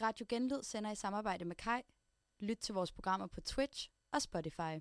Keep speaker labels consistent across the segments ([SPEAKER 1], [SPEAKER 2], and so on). [SPEAKER 1] Radio Genlyd sender i samarbejde med Kai. Lyt til vores programmer på Twitch og Spotify.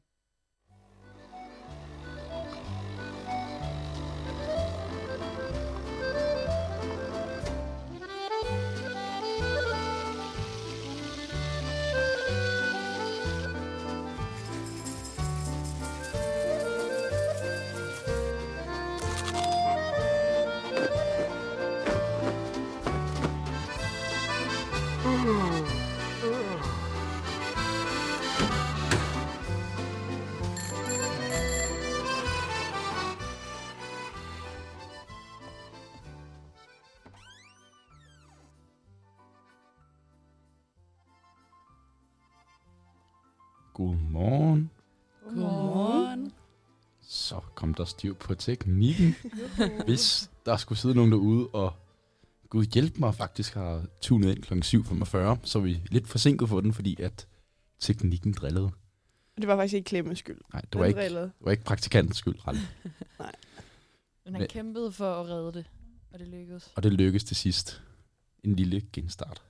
[SPEAKER 2] Godmorgen.
[SPEAKER 1] Godmorgen.
[SPEAKER 2] Så kom der styr på teknikken. Hvis der skulle sidde nogen derude og Gud hjælp mig faktisk har tunet ind kl. 7.45, så er vi lidt forsinket for den, fordi at teknikken drillede.
[SPEAKER 3] Og Det var faktisk ikke Klemmes skyld.
[SPEAKER 2] Nej, det var, ikke, det
[SPEAKER 3] Drillede.
[SPEAKER 2] var ikke praktikantens skyld, Ralle.
[SPEAKER 4] Men han
[SPEAKER 2] Men-
[SPEAKER 4] kæmpede for at redde det, og det lykkedes.
[SPEAKER 2] Og det lykkedes til sidst. En lille genstart.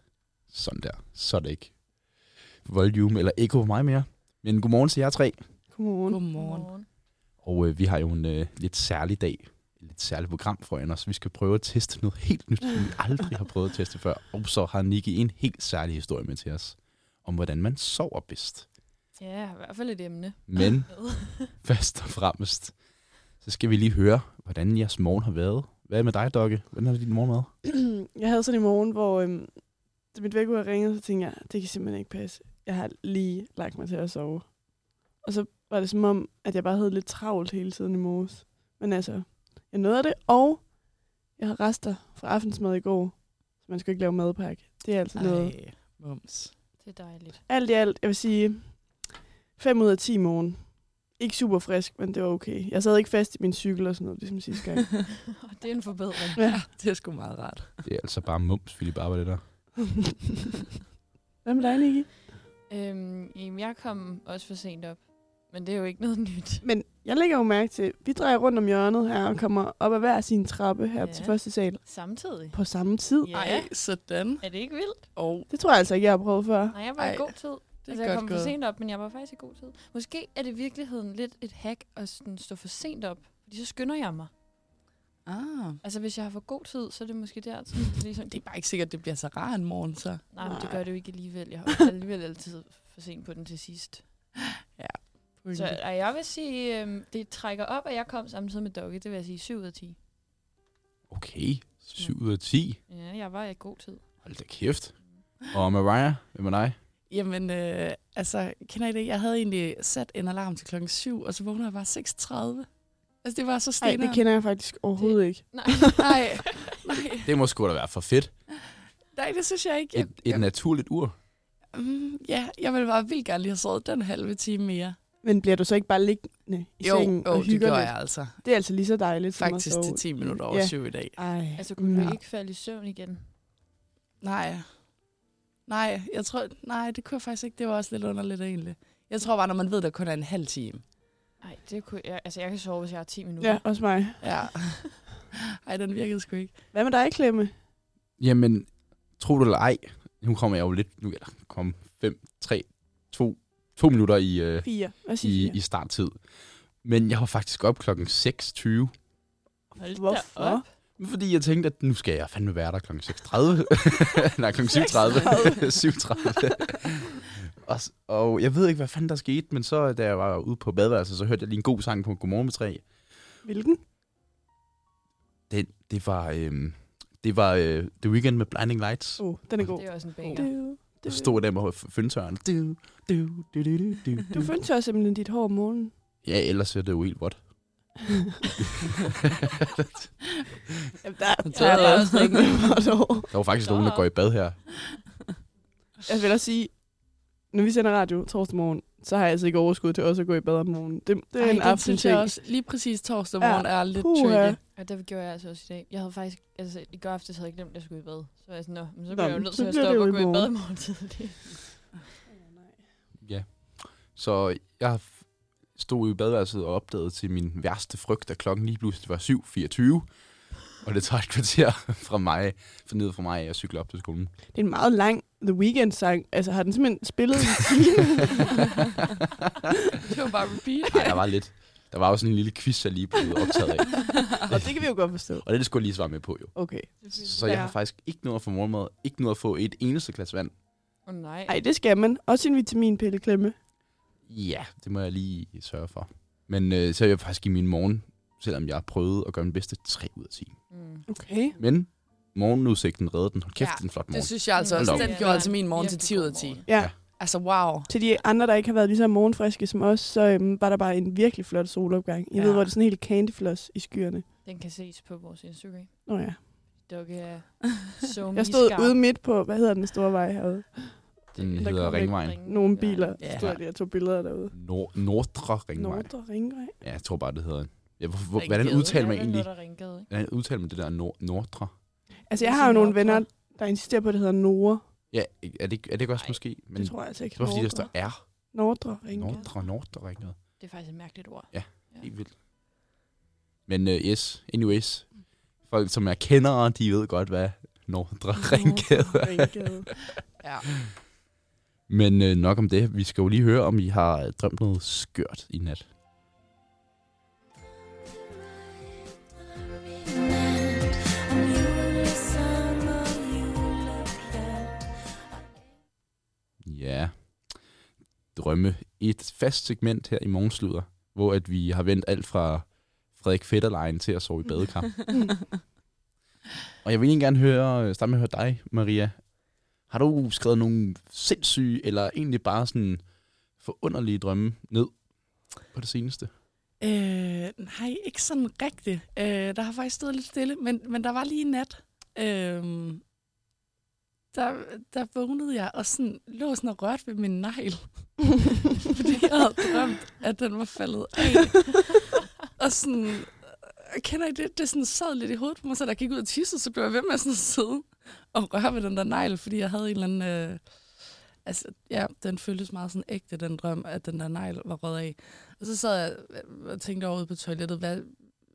[SPEAKER 2] Sådan der. Så er det ikke volume eller echo på mig mere. Men godmorgen til jer tre.
[SPEAKER 3] Godmorgen.
[SPEAKER 1] Godmorgen.
[SPEAKER 2] Og øh, vi har jo en øh, lidt særlig dag, et lidt særligt program foran os. Vi skal prøve at teste noget helt nyt, som vi aldrig har prøvet at teste før. Og så har Niki en helt særlig historie med til os, om hvordan man sover bedst.
[SPEAKER 4] Ja, i hvert fald et emne.
[SPEAKER 2] Men først og fremmest, så skal vi lige høre, hvordan jeres morgen har været. Hvad er med dig, Dokke? Hvordan har din morgen været?
[SPEAKER 3] jeg havde sådan en morgen, hvor øhm, da mit vækkeur ringede, så tænkte jeg, det kan simpelthen ikke passe. Jeg har lige lagt mig til at sove. Og så var det som om, at jeg bare havde lidt travlt hele tiden i morges. Men altså, jeg nåede det, og jeg har rester fra aftensmad i går. Så man skal ikke lave madpakke. Det er altid noget.
[SPEAKER 5] Ej, mums.
[SPEAKER 4] Det er dejligt.
[SPEAKER 3] Alt i alt, jeg vil sige, 5 ud af 10 i morgen. Ikke super frisk, men det var okay. Jeg sad ikke fast i min cykel og sådan noget, ligesom sidste gang.
[SPEAKER 4] Og det er en forbedring.
[SPEAKER 3] Ja.
[SPEAKER 5] Det er sgu meget rart.
[SPEAKER 2] Det er altså bare mums, Philip arbejder der.
[SPEAKER 3] Hvad med dig, Nicky?
[SPEAKER 4] øhm, jamen, jeg kom også for sent op, men det er jo ikke noget nyt.
[SPEAKER 3] Men jeg lægger jo mærke til, vi drejer rundt om hjørnet her og kommer op ad hver sin trappe her ja.
[SPEAKER 4] Ja.
[SPEAKER 3] til første sal
[SPEAKER 4] Samtidig.
[SPEAKER 3] på samme tid. Ja.
[SPEAKER 4] Ja.
[SPEAKER 5] Ej, sådan.
[SPEAKER 4] Er det ikke vildt?
[SPEAKER 5] Og
[SPEAKER 3] Det tror jeg altså ikke, jeg har prøvet før.
[SPEAKER 4] Nej, jeg var i
[SPEAKER 5] Ej,
[SPEAKER 4] god tid.
[SPEAKER 5] det er
[SPEAKER 4] altså, jeg
[SPEAKER 5] godt
[SPEAKER 4] kom for
[SPEAKER 5] gået.
[SPEAKER 4] sent op, men jeg var faktisk i god tid. Måske er det i virkeligheden lidt et hack at sådan stå for sent op, fordi så skynder jeg mig.
[SPEAKER 5] ah,
[SPEAKER 4] Altså, hvis jeg har for god tid, så er det måske der. Så ligesom,
[SPEAKER 5] det er bare ikke sikkert, det bliver så rar en morgen, så.
[SPEAKER 4] nej, men det
[SPEAKER 3] Nej.
[SPEAKER 4] gør det jo ikke alligevel. Jeg har alligevel altid for sent på den til sidst. Så
[SPEAKER 5] Så,
[SPEAKER 4] ej, jeg vil sige, øh, det trækker op, at jeg kom samtidig med Doggy. Det vil jeg sige 7 ud af 10.
[SPEAKER 2] Okay, 7 ud af 10.
[SPEAKER 4] Ja, jeg var i god tid.
[SPEAKER 2] Hold da kæft. Og Mariah, hvad med dig?
[SPEAKER 5] jamen, øh, altså, kender I det? Jeg havde egentlig sat en alarm til klokken 7, og så vågnede jeg bare 6.30. Altså, det var så
[SPEAKER 3] Nej,
[SPEAKER 5] stenere.
[SPEAKER 3] det kender jeg faktisk overhovedet det... ikke.
[SPEAKER 4] Nej,
[SPEAKER 5] Nej, nej,
[SPEAKER 2] Det må sgu da være for fedt.
[SPEAKER 5] nej, det synes jeg ikke. Jeg,
[SPEAKER 2] Et, et naturligt ur.
[SPEAKER 5] mm, ja, jeg ville bare vildt gerne lige have sovet den halve time mere.
[SPEAKER 3] Men bliver du så ikke bare liggende i sengen
[SPEAKER 5] jo,
[SPEAKER 3] og
[SPEAKER 5] det
[SPEAKER 3] hygger
[SPEAKER 5] gør
[SPEAKER 3] lidt?
[SPEAKER 5] jeg altså.
[SPEAKER 3] Det er altså lige så dejligt som
[SPEAKER 5] Faktisk
[SPEAKER 3] at
[SPEAKER 5] til
[SPEAKER 3] sove.
[SPEAKER 5] 10 minutter over
[SPEAKER 3] Ja.
[SPEAKER 5] 7 i dag.
[SPEAKER 3] Ej,
[SPEAKER 4] altså kunne
[SPEAKER 3] ja.
[SPEAKER 4] du ikke falde i søvn igen?
[SPEAKER 5] Nej. Nej, jeg tror, nej, det kunne jeg faktisk ikke. Det var også lidt underligt egentlig. Jeg tror bare, når man ved, der kun er en halv time.
[SPEAKER 4] Nej, det kunne jeg. Altså, jeg kan sove, hvis jeg har 10 minutter.
[SPEAKER 3] ja, også mig.
[SPEAKER 5] Ja. Ej, den virkede sgu ikke.
[SPEAKER 3] Hvad med dig, Klemme?
[SPEAKER 2] Jamen, tro det eller ej, nu kommer jeg jo lidt, nu eller kom 5, 3, 2, 2 minutter i, øh,
[SPEAKER 3] Fire. Hvad siger
[SPEAKER 2] i,
[SPEAKER 3] fire?
[SPEAKER 2] i starttid. Men jeg var faktisk op klokken 6.20,
[SPEAKER 4] Hold da
[SPEAKER 3] Hvorfor?
[SPEAKER 4] op.
[SPEAKER 2] fordi jeg tænkte, at nu skal jeg fandme være der klokken 6.30. Nej, klokken 7.30. 7.30. og, s- og jeg ved ikke, hvad fanden der skete, men så da jeg var ude på badeværelset, så hørte jeg lige en god sang på Godmorgen med 3.
[SPEAKER 3] Hvilken?
[SPEAKER 2] Det, det var, øh, det var øh, The Weekend med Blinding Lights.
[SPEAKER 3] Oh, den er god.
[SPEAKER 4] Det er også en
[SPEAKER 3] Du,
[SPEAKER 4] banger.
[SPEAKER 3] du,
[SPEAKER 2] Så stod der med fyndtøren. Du, du, du, du, du, du,
[SPEAKER 3] du fyndte jo simpelthen dit hår om morgenen.
[SPEAKER 2] Ja, ellers er det jo helt vådt.
[SPEAKER 3] Jamen, der,
[SPEAKER 5] Det
[SPEAKER 3] der er
[SPEAKER 5] er
[SPEAKER 3] bare
[SPEAKER 5] også-
[SPEAKER 3] ikke noget hår.
[SPEAKER 2] Der var faktisk nogen, der går i bad her.
[SPEAKER 3] Jeg vil også sige, når vi sender radio torsdag morgen, så har jeg altså ikke overskud til også at gå i bad om morgenen. Det, det er Ej, en
[SPEAKER 5] Ej, den
[SPEAKER 3] aften
[SPEAKER 5] synes
[SPEAKER 3] ting.
[SPEAKER 5] jeg også. Lige præcis torsdag
[SPEAKER 3] Ja.
[SPEAKER 5] morgen er lidt
[SPEAKER 3] Puha.
[SPEAKER 5] tricky.
[SPEAKER 4] Og det gjorde jeg altså også i dag. Jeg havde faktisk, altså i går aftes havde jeg glemt, at jeg skulle i bad. Så var jeg sådan, nå, men så
[SPEAKER 3] Nå,
[SPEAKER 4] bliver jeg jo
[SPEAKER 3] men
[SPEAKER 4] nødt
[SPEAKER 3] så
[SPEAKER 4] til at
[SPEAKER 3] bliver det
[SPEAKER 4] stoppe
[SPEAKER 3] jo
[SPEAKER 4] og
[SPEAKER 3] i
[SPEAKER 4] gå i bad
[SPEAKER 3] morgen.
[SPEAKER 4] i morgen tidligt.
[SPEAKER 2] Ja. Så jeg stod i badeværelset og opdagede til min værste frygt, at klokken lige pludselig var 7.24. Og det tager et kvarter fra mig, fra ned fra mig, at jeg cykler op til skolen.
[SPEAKER 3] Det er en meget lang The Weeknd-sang. Altså, har den simpelthen spillet i timen?
[SPEAKER 4] Det var bare repeat.
[SPEAKER 2] Nej, der var lidt. Der var også en lille quiz, jeg lige blev optaget af.
[SPEAKER 3] og det kan vi jo godt forstå.
[SPEAKER 2] Og det skulle jeg lige svare med på, jo.
[SPEAKER 3] Okay.
[SPEAKER 2] Så jeg har faktisk ikke noget at få morgenmad, ikke noget at få et eneste glas vand.
[SPEAKER 4] Åh oh, nej.
[SPEAKER 3] Ej, det skal man. Også en vitaminpilleklemme.
[SPEAKER 2] Ja, det må jeg lige sørge for. Men øh, så er jeg faktisk i min morgen, selvom jeg prøvede at gøre min bedste 3 ud af 10.
[SPEAKER 4] Mm.
[SPEAKER 3] Okay.
[SPEAKER 2] Men morgenudsigten reddede den. Hold kæft,
[SPEAKER 5] Ja,
[SPEAKER 2] ja, den flot morgen.
[SPEAKER 5] Det synes jeg altså
[SPEAKER 4] Mm.
[SPEAKER 5] også.
[SPEAKER 2] Hold da
[SPEAKER 5] Den
[SPEAKER 4] op.
[SPEAKER 5] gjorde altså min morgen til
[SPEAKER 4] Virkelig
[SPEAKER 5] 10 ud
[SPEAKER 4] god
[SPEAKER 5] af 10.
[SPEAKER 4] morgen.
[SPEAKER 3] Ja.
[SPEAKER 2] Ja.
[SPEAKER 3] ja.
[SPEAKER 5] Altså, wow.
[SPEAKER 3] Til de andre, der ikke har været lige så morgenfriske som os, så øhm, var der bare en virkelig flot solopgang. Jeg
[SPEAKER 5] Ja.
[SPEAKER 3] ja. ved, hvor det er sådan helt candyfloss i skyerne.
[SPEAKER 4] Den kan ses på vores Instagram.
[SPEAKER 3] Nå ja.
[SPEAKER 4] Dukke er so
[SPEAKER 3] Jeg stod ude midt på, hvad hedder den store vej herude? der
[SPEAKER 2] Den hedder
[SPEAKER 3] kom ikke
[SPEAKER 2] Ringvejen.
[SPEAKER 3] Nogle biler.
[SPEAKER 5] Ja.
[SPEAKER 3] Ja. Stod der, jeg tog billeder derude.
[SPEAKER 2] Nord- Nordre Ringvej. Nord.
[SPEAKER 3] Nordre Ringvej.
[SPEAKER 2] Ja, jeg tror bare, det hedder. Ja, hvor, hvor, hvordan udtaler man egentlig?
[SPEAKER 4] egentlig?
[SPEAKER 2] Hvordan udtaler man det der nord- Nordre?
[SPEAKER 3] Altså, jeg
[SPEAKER 4] Det er
[SPEAKER 3] har jo
[SPEAKER 4] sådan
[SPEAKER 3] nogle
[SPEAKER 4] Nordre.
[SPEAKER 3] venner, der insisterer på, at det hedder Nora.
[SPEAKER 2] Ja, er det, ikke- er det ikke også
[SPEAKER 4] Nej,
[SPEAKER 2] måske? Men
[SPEAKER 3] Det
[SPEAKER 2] det
[SPEAKER 3] tror jeg altså ikke.
[SPEAKER 2] var fordi, der
[SPEAKER 3] Nordre.
[SPEAKER 2] står R.
[SPEAKER 3] Nordre Ringvej.
[SPEAKER 2] Nordre, Nordre Ringvej.
[SPEAKER 4] Det er faktisk et mærkeligt ord.
[SPEAKER 2] Helt vildt. Men uh, yes, anyways. Folk, som er kendere, de ved godt, hvad Nordre Ringgade er.
[SPEAKER 3] Ringgade.
[SPEAKER 5] Ja.
[SPEAKER 2] Men uh, nok om det. Vi skal jo lige høre, om I har øh, drømt noget skørt i nat. Ja. Drømme. Et fast segment her i morgensluder, hvor at vi har vendt alt fra Frederik Fetterlein til at sove i badekar. Og jeg vil egentlig gerne høre, øh, starte med at høre dig, Maria. Har du skrevet nogle sindssyge, eller egentlig bare sådan forunderlige drømme ned på det seneste?
[SPEAKER 5] Øh, nej, ikke sådan rigtigt. Øh, der har faktisk stået lidt stille, men, men der var lige en nat. Øh, der, der vågnede jeg og sådan, lå sådan og rørte ved min negl, fordi jeg havde drømt, at den var faldet af. og sådan, øh, kender I det? Det sådan sad lidt i hovedet på mig, så da jeg gik ud og tissede, så blev jeg ved med sådan at sidde og røre ved den der negl, fordi jeg havde en eller anden... Øh, altså, ja, den føltes meget sådan ægte, den drøm, at den der negl var røget af. Og så sad jeg øh, og tænkte over ude på toilettet, hvad,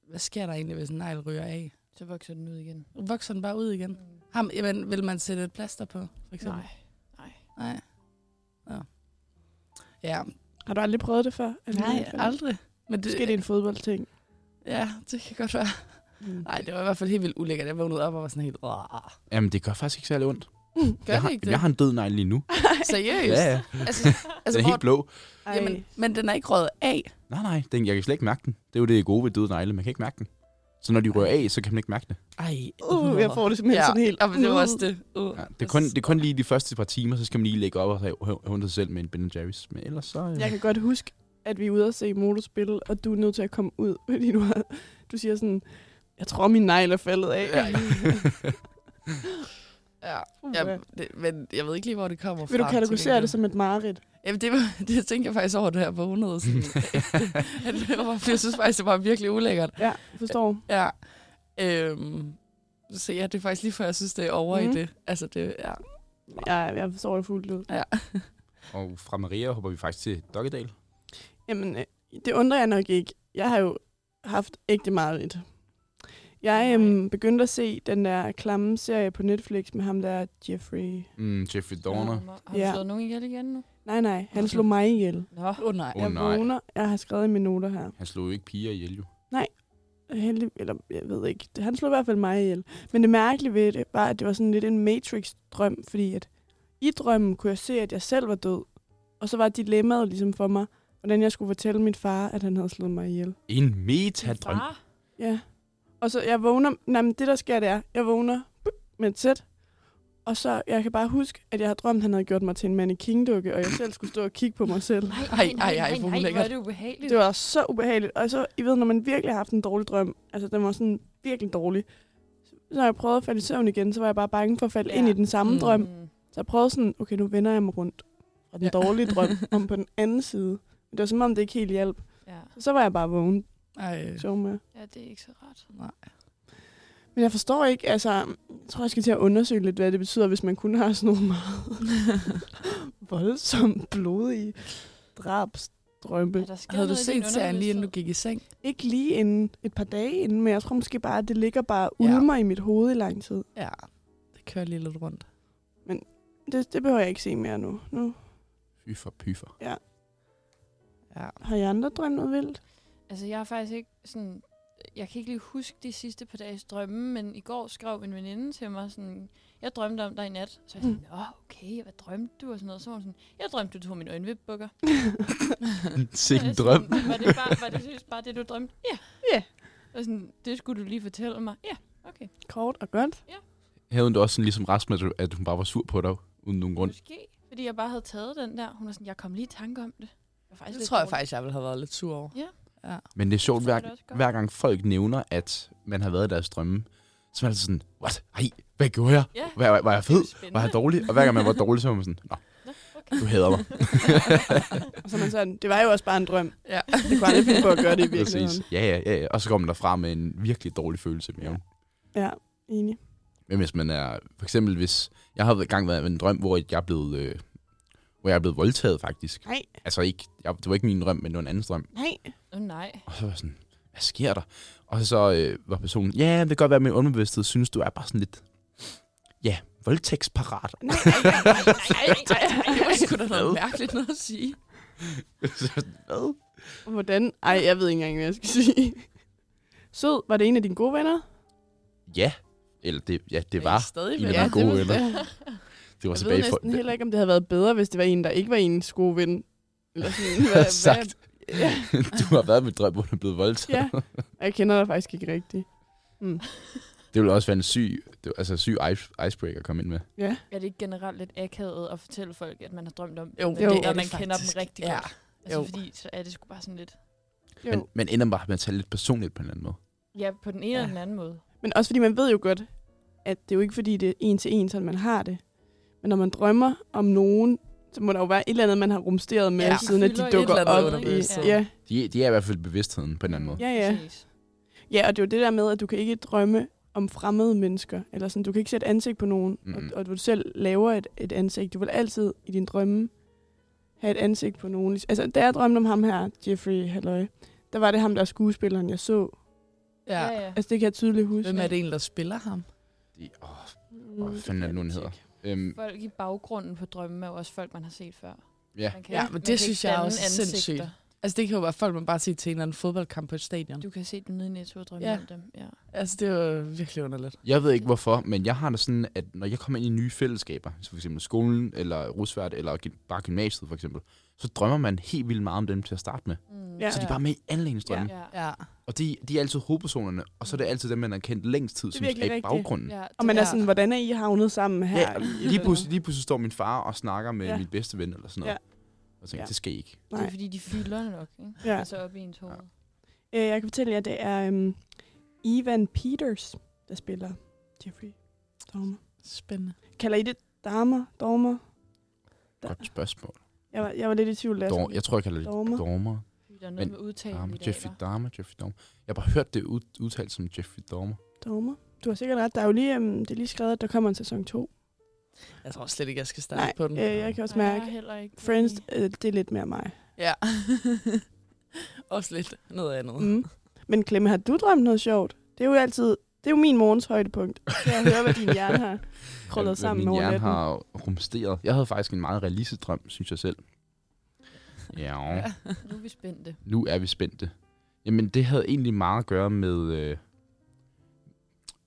[SPEAKER 5] hvad sker der egentlig, hvis en negl ryger af?
[SPEAKER 4] Så vokser den ud igen. Mm.
[SPEAKER 5] Vokser den bare ud igen? Ham, jamen, vil man sætte et plaster på, for eksempel?
[SPEAKER 4] Nej. Nej.
[SPEAKER 5] Nej. Nå. Ja,
[SPEAKER 3] Har du aldrig prøvet det før? Eller i
[SPEAKER 5] nej,
[SPEAKER 3] hvert fald?
[SPEAKER 5] aldrig. Men
[SPEAKER 3] Måske det er en fodboldting.
[SPEAKER 5] Ja, det kan godt være.
[SPEAKER 3] Mm.
[SPEAKER 5] Nej, det var i hvert fald helt vildt ulækkert. Jeg vågnede op og var sådan helt... "Åh,
[SPEAKER 2] Jamen, det gør faktisk ikke særlig ondt.
[SPEAKER 5] Gør
[SPEAKER 2] jeg,
[SPEAKER 5] jeg
[SPEAKER 2] har,
[SPEAKER 5] det ikke det?
[SPEAKER 2] jeg har en død negl lige nu.
[SPEAKER 5] Seriøst?
[SPEAKER 2] Ja, ja.
[SPEAKER 5] Altså,
[SPEAKER 2] Den
[SPEAKER 5] altså,
[SPEAKER 2] er
[SPEAKER 5] hvor,
[SPEAKER 2] helt blå.
[SPEAKER 3] Ej.
[SPEAKER 5] jamen, men den er ikke røget af.
[SPEAKER 2] Nej, nej, den, jeg kan slet ikke mærke den. Det er jo det gode ved døde negle, man kan ikke mærke den. Så når de rører af, så kan man ikke mærke det.
[SPEAKER 5] Ej,
[SPEAKER 3] Uh, jeg får det simpelthen
[SPEAKER 5] ja.
[SPEAKER 3] sådan helt...
[SPEAKER 5] Ja, men det var også det. Uh.
[SPEAKER 2] Ja, det, er kun, det er kun lige de første par timer, så skal man lige lægge op og have hundet sig selv med en Ben Jerry's. Men ellers så... øh,
[SPEAKER 3] Jeg kan godt huske, at vi er ude og se motorspil, og du er nødt til at komme ud, fordi du, har, du siger sådan, jeg tror, min negl er faldet af.
[SPEAKER 5] Ja. Ja,
[SPEAKER 3] Uha.
[SPEAKER 5] ja det, men jeg ved ikke lige, hvor det kommer fra.
[SPEAKER 3] Uh, Vil du
[SPEAKER 5] til
[SPEAKER 3] kategorisere
[SPEAKER 5] gengæld.
[SPEAKER 3] det som et mareridt?
[SPEAKER 5] Jamen, det, var, det tænkte jeg faktisk over, da jeg vågnede. Sådan, at det var, for jeg synes faktisk, det var virkelig ulækkert.
[SPEAKER 3] Ja, forstår.
[SPEAKER 5] Ja. Øhm, så ja, det er faktisk lige før, jeg synes, det er over mm.
[SPEAKER 3] Mhm.
[SPEAKER 5] i det. Altså, det ja.
[SPEAKER 3] Ja, jeg forstår det fuldt ud.
[SPEAKER 2] Og fra Maria hopper vi faktisk til Dokkedal.
[SPEAKER 3] Jamen, øh, det undrer jeg nok ikke. Jeg har jo haft ægte mareridt. Jeg øhm, begyndte at se den der klamme serie på Netflix med ham der, Jeffrey...
[SPEAKER 2] Mm, Jeffrey Dahmer.
[SPEAKER 4] Har du
[SPEAKER 3] Ja.
[SPEAKER 4] slået nogen ihjel igen nu?
[SPEAKER 3] Nej, nej, han slog mig ihjel.
[SPEAKER 4] Nå.
[SPEAKER 5] Åh oh, nej.
[SPEAKER 2] Åh,
[SPEAKER 3] jeg
[SPEAKER 2] nej.
[SPEAKER 3] vågner. Jeg har skrevet i mine noter her.
[SPEAKER 2] Han slog jo ikke piger ihjel, jo.
[SPEAKER 3] Heldig, eller jeg ved ikke. Det- Han slog i hvert fald mig ihjel. Men det mærkelige ved det var, at det var sådan lidt en Matrix-drøm, fordi at i drømmen kunne jeg se, at jeg selv var død. Og så var dilemmaet ligesom for mig, hvordan jeg skulle fortælle min far, at han havde slået mig ihjel.
[SPEAKER 2] En metadrøm.
[SPEAKER 3] Ja. Og så jeg vågner... Nej, men det der sker, det er, jeg vågner bup, med et sæt. Og så, jeg kan bare huske, at jeg har drømt, at han havde gjort mig til en mannequin-dukke, og jeg selv skulle stå og kigge på mig selv.
[SPEAKER 4] Nej,
[SPEAKER 5] Ej, ej, ej, hvor
[SPEAKER 4] nej, hvor
[SPEAKER 5] ulækkert.
[SPEAKER 4] er det ubehageligt.
[SPEAKER 3] Det var så ubehageligt. Og så, I ved, når man virkelig har haft en dårlig drøm, altså den var sådan virkelig dårlig, så når jeg prøvede at falde i søvn igen, så var jeg bare bange for at falde
[SPEAKER 4] Ja.
[SPEAKER 3] ja. ind i den samme
[SPEAKER 5] Mm.
[SPEAKER 3] mm. drøm.
[SPEAKER 4] Mm.
[SPEAKER 3] Så jeg prøvede sådan, okay, nu vender jeg mig rundt fra den
[SPEAKER 5] Ja.
[SPEAKER 3] ja. dårlige drøm om på den anden side. Men det var som om, det ikke helt hjalp.
[SPEAKER 4] Ja.
[SPEAKER 3] Så var jeg bare vågen,
[SPEAKER 5] Ej.
[SPEAKER 3] sjov med.
[SPEAKER 4] ja, det er ikke så rart.
[SPEAKER 5] Nej.
[SPEAKER 3] Men jeg forstår ikke, altså, jeg tror, jeg skal til at undersøge lidt, hvad det betyder, hvis man kun har sådan nogle meget voldsomt blodige drabs drømme.
[SPEAKER 4] Ja, der sker
[SPEAKER 5] Havde du
[SPEAKER 4] noget i din
[SPEAKER 5] set serien lige inden du
[SPEAKER 4] underbevidsthed.
[SPEAKER 5] gik i seng?
[SPEAKER 3] Ikke lige inden, et par dage inden, men jeg tror måske bare, at det ligger bare og ulmer i mit hoved i lang tid.
[SPEAKER 5] Ja, det kører lige lidt rundt.
[SPEAKER 3] Det, det behøver jeg ikke se mere nu. Nu
[SPEAKER 2] Pyfer, pyfer.
[SPEAKER 5] Ja.
[SPEAKER 3] har jeg andre drømt noget vildt.
[SPEAKER 4] Altså, jeg har faktisk ikke sådan... Jeg kan ikke lige huske de sidste par dages drømme, men i går skrev min veninde til mig sådan... Jeg drømte om dig i nat. Så jeg
[SPEAKER 3] Mm.
[SPEAKER 4] sådan, åh, okay, hvad drømte du? Og sådan noget. Så var hun sådan, jeg drømte, du tog min øjenvipbukker.
[SPEAKER 2] Sikke en
[SPEAKER 4] Og jeg
[SPEAKER 2] drøm.
[SPEAKER 4] Sådan, var det, bare, var det seriøst bare det, du drømte? Ja. Ja. Og sådan, det skulle du lige fortælle mig. Ja, okay.
[SPEAKER 3] Kort og godt.
[SPEAKER 2] Havde hun det også sådan ligesom Rasmus, at- at hun bare var sur på dig, uden nogen grund?
[SPEAKER 4] Måske, fordi jeg bare havde taget den der. Hun er sådan, jeg kom lige i tanke om det. Jeg var faktisk
[SPEAKER 5] Det
[SPEAKER 4] lidt
[SPEAKER 5] tror jeg
[SPEAKER 4] dårlig.
[SPEAKER 5] faktisk, jeg ville have været lidt sur over.
[SPEAKER 2] Men det er sjovt,
[SPEAKER 4] Forstår
[SPEAKER 2] hver,
[SPEAKER 4] jeg det også godt.
[SPEAKER 2] hver gang folk nævner, at man har været i deres drømme, så er man altid sådan, what? Ej, hvad gjorde jeg?
[SPEAKER 4] Ja,
[SPEAKER 2] Var, var, var jeg
[SPEAKER 4] det er jo
[SPEAKER 2] fed?
[SPEAKER 4] spændende.
[SPEAKER 2] Var jeg dårlig? Og hver gang man var dårlig, så var man sådan, nå,
[SPEAKER 4] Nå, okay.
[SPEAKER 2] du hader mig.
[SPEAKER 3] Og så er man sådan, det var jo også bare en drøm.
[SPEAKER 5] Ja.
[SPEAKER 3] Det kunne jeg aldrig finde på at gøre det i virkeligheden.
[SPEAKER 2] Præcis. Ja, ja, ja, ja. Og så kommer man derfra med en virkelig dårlig følelse i maven.
[SPEAKER 3] Ja, enig.
[SPEAKER 2] Men hvis man er, for eksempel hvis, jeg har været- engang været i en drøm, hvor jeg er blevet, øh, hvor jeg er blevet voldtaget faktisk.
[SPEAKER 3] Nej.
[SPEAKER 2] Altså ikke, jeg, det var ikke min drøm, men det var en anden drøm.
[SPEAKER 3] Nej.
[SPEAKER 4] Oh, nej.
[SPEAKER 2] Og så var jeg sådan, hvad sker der? Og så øh, var personen, ja, det kan godt være, at min underbevidsthed synes, du er bare sådan lidt, ja, voldtægtsparat.
[SPEAKER 3] Nej,
[SPEAKER 4] Nej, nej, nej.
[SPEAKER 5] Det var sgu da noget
[SPEAKER 2] Hvad?
[SPEAKER 5] mærkeligt noget at sige.
[SPEAKER 2] Så jeg var sådan, hvad?
[SPEAKER 3] Hvordan? Ej, jeg ved ikke engang, hvad jeg skal sige. Sød, var det en af dine gode venner?
[SPEAKER 2] Ja, eller det, ja, det
[SPEAKER 5] Jeg er
[SPEAKER 2] var.
[SPEAKER 5] stadig
[SPEAKER 2] en af
[SPEAKER 5] venner.
[SPEAKER 2] mine gode
[SPEAKER 5] det var-
[SPEAKER 2] venner.
[SPEAKER 5] ja.
[SPEAKER 3] Jeg
[SPEAKER 2] Det var
[SPEAKER 3] ved
[SPEAKER 2] tilbage for,
[SPEAKER 3] næsten heller ikke, om det havde været bedre, hvis det var en, der ikke var ens gode ven. Eller sådan, hvad,
[SPEAKER 2] Sagt.
[SPEAKER 3] Hvad, ja,
[SPEAKER 2] du har været med drøm, hvor du er blevet voldtaget.
[SPEAKER 3] ja. Og Jeg kender dig faktisk ikke rigtigt. Mm.
[SPEAKER 2] Det ville også være en syg, det, altså syg ice, icebreaker at komme ind med.
[SPEAKER 3] Ja.
[SPEAKER 4] Er det ikke generelt lidt akavet at fortælle folk, at man har drømt om
[SPEAKER 5] Jo,
[SPEAKER 4] men
[SPEAKER 5] jo,
[SPEAKER 4] det,
[SPEAKER 5] det er
[SPEAKER 4] og man
[SPEAKER 5] det
[SPEAKER 4] kender
[SPEAKER 5] faktisk.
[SPEAKER 4] dem rigtig
[SPEAKER 5] Ja,
[SPEAKER 4] godt? Altså,
[SPEAKER 5] jo.
[SPEAKER 4] fordi så er det sgu bare sådan lidt...
[SPEAKER 3] Jo.
[SPEAKER 2] Men, men ender bare med at tage lidt personligt på en eller anden måde.
[SPEAKER 4] Ja, på den ene ja.
[SPEAKER 5] Ja.
[SPEAKER 4] eller den anden måde.
[SPEAKER 3] Men også fordi man ved jo godt, at det er jo ikke fordi, det er en til en, sådan man har det. Men når man drømmer om nogen, så må der jo være et eller andet, man har rumsteret med,
[SPEAKER 5] Ja.
[SPEAKER 3] ja, siden at
[SPEAKER 4] Fylder
[SPEAKER 3] de
[SPEAKER 4] et
[SPEAKER 3] dukker
[SPEAKER 5] eller andet
[SPEAKER 3] op. I,
[SPEAKER 5] underbevidsthed.
[SPEAKER 3] ja.
[SPEAKER 2] De, de er i hvert fald bevidstheden på en eller anden måde.
[SPEAKER 3] Ja, ja.
[SPEAKER 4] Præcis.
[SPEAKER 3] ja, og det er jo det der med, at du kan ikke drømme om fremmede mennesker. Eller sådan, du kan ikke sætte ansigt på nogen,
[SPEAKER 2] Mm.
[SPEAKER 3] mm. og, og du selv laver et, et ansigt. Du vil altid i din drømme have et ansigt på nogen. Altså, da jeg drømte om ham her, Jeffrey Halløj, der var det ham, der er skuespilleren, jeg så.
[SPEAKER 5] ja.
[SPEAKER 4] Ja, ja.
[SPEAKER 3] Altså, det kan jeg tydeligt huske.
[SPEAKER 5] Hvem er det egentlig, der spiller ham?
[SPEAKER 2] De, åh,
[SPEAKER 3] Mm,
[SPEAKER 2] Åh, hvad fanden er det nu, den
[SPEAKER 3] kan jeg
[SPEAKER 2] hedder?
[SPEAKER 3] ikke tjekke.
[SPEAKER 2] øhm,
[SPEAKER 4] Folk i baggrunden på drømme er jo også folk, man har set før.
[SPEAKER 2] ja.
[SPEAKER 4] Man kan,
[SPEAKER 5] Ja,
[SPEAKER 4] ikke-
[SPEAKER 5] men
[SPEAKER 4] man
[SPEAKER 5] det
[SPEAKER 4] kan ikke
[SPEAKER 5] synes jeg
[SPEAKER 4] danne
[SPEAKER 5] også er
[SPEAKER 4] ansigter.
[SPEAKER 5] sindssygt. Altså, det kan jo være folk, man bare siger til en eller anden fodboldkamp på et stadion.
[SPEAKER 4] Du kan se dem nede i Netto og drømme
[SPEAKER 5] Ja.
[SPEAKER 4] om dem. Ja.
[SPEAKER 5] Altså, det er jo virkelig underligt.
[SPEAKER 2] Jeg ved ikke hvorfor, men jeg har det sådan, at når jeg kommer ind i nye fællesskaber, så for eksempel skolen, eller rusvært, eller gym- bare gymnasiet for eksempel, så drømmer man helt vildt meget om dem til at starte med.
[SPEAKER 4] Mm.
[SPEAKER 3] Ja.
[SPEAKER 2] Så de er bare med i alle ens drømme.
[SPEAKER 4] Ja.
[SPEAKER 5] Ja.
[SPEAKER 2] Og de, de er altid hovedpersonerne, og så er det altid dem, man har kendt længst tid,
[SPEAKER 3] Det er
[SPEAKER 2] som er i
[SPEAKER 3] virkelig rigtigt.
[SPEAKER 2] baggrunden.
[SPEAKER 4] Mm. ja.
[SPEAKER 3] Og man er
[SPEAKER 5] Ja.
[SPEAKER 3] sådan, hvordan er I havnet sammen her?
[SPEAKER 2] Ja,
[SPEAKER 3] I-
[SPEAKER 2] Lige pludselig, lige pludselig står min far og snakker med
[SPEAKER 3] Ja.
[SPEAKER 2] min bedste ven eller sådan noget. Og jeg tænker,
[SPEAKER 3] Ja.
[SPEAKER 2] det skal I ikke.
[SPEAKER 4] Det er
[SPEAKER 3] Nej.
[SPEAKER 4] fordi, de fylder nok, ikke?
[SPEAKER 3] Ja.
[SPEAKER 4] Altså op i ens hoved.
[SPEAKER 2] Ja.
[SPEAKER 3] Øh, jeg kan fortælle jer, det er um, Ivan Peters, der spiller Jeffrey Dahmer.
[SPEAKER 5] Spændende.
[SPEAKER 3] Kalder I det Dahmer? Dahmer? Der-
[SPEAKER 2] Godt spørgsmål.
[SPEAKER 3] Jeg var, jeg var lidt i tvivl. da jeg
[SPEAKER 2] Dor-
[SPEAKER 3] skulle-
[SPEAKER 2] jeg tror, jeg kalder det
[SPEAKER 3] Dormer.
[SPEAKER 2] Dormer.
[SPEAKER 4] Der er noget
[SPEAKER 2] Men-
[SPEAKER 4] med udtale
[SPEAKER 2] Dahmer,
[SPEAKER 4] i dag,
[SPEAKER 2] Jeffrey
[SPEAKER 4] hva'?
[SPEAKER 2] Dahmer, Jeffrey Dahmer. Jeg har bare hørt det ud, udtalt som Jeffrey Dahmer.
[SPEAKER 3] Dahmer. Du har sikkert ret. Der er jo lige, um, det er lige skrevet, at der kommer en sæson 2.
[SPEAKER 5] Jeg tror slet ikke, jeg skal starte
[SPEAKER 3] Nej,
[SPEAKER 5] på den.
[SPEAKER 3] øh, jeg kan også
[SPEAKER 4] Nej, jeg
[SPEAKER 3] mærke,
[SPEAKER 4] er heller ikke.
[SPEAKER 3] Friends,
[SPEAKER 4] lige-
[SPEAKER 3] øh, det er lidt mere mig.
[SPEAKER 5] Ja. Også lidt noget andet.
[SPEAKER 2] Uh.
[SPEAKER 3] Mm. Men Klemme, har du drømt noget sjovt? Det er jo altid, det er jo min morgens højdepunkt. Kan jeg høre, hvad din hjerne har krøllet
[SPEAKER 2] Hvad
[SPEAKER 3] sammen
[SPEAKER 2] min
[SPEAKER 3] over
[SPEAKER 2] hjerne
[SPEAKER 3] natten?
[SPEAKER 2] har rumsteret. Jeg havde faktisk en meget realistisk drøm, synes jeg selv. Ja,
[SPEAKER 4] Nu er vi spændte.
[SPEAKER 2] nu er vi spændte. Jamen, det havde egentlig meget at gøre med, øh,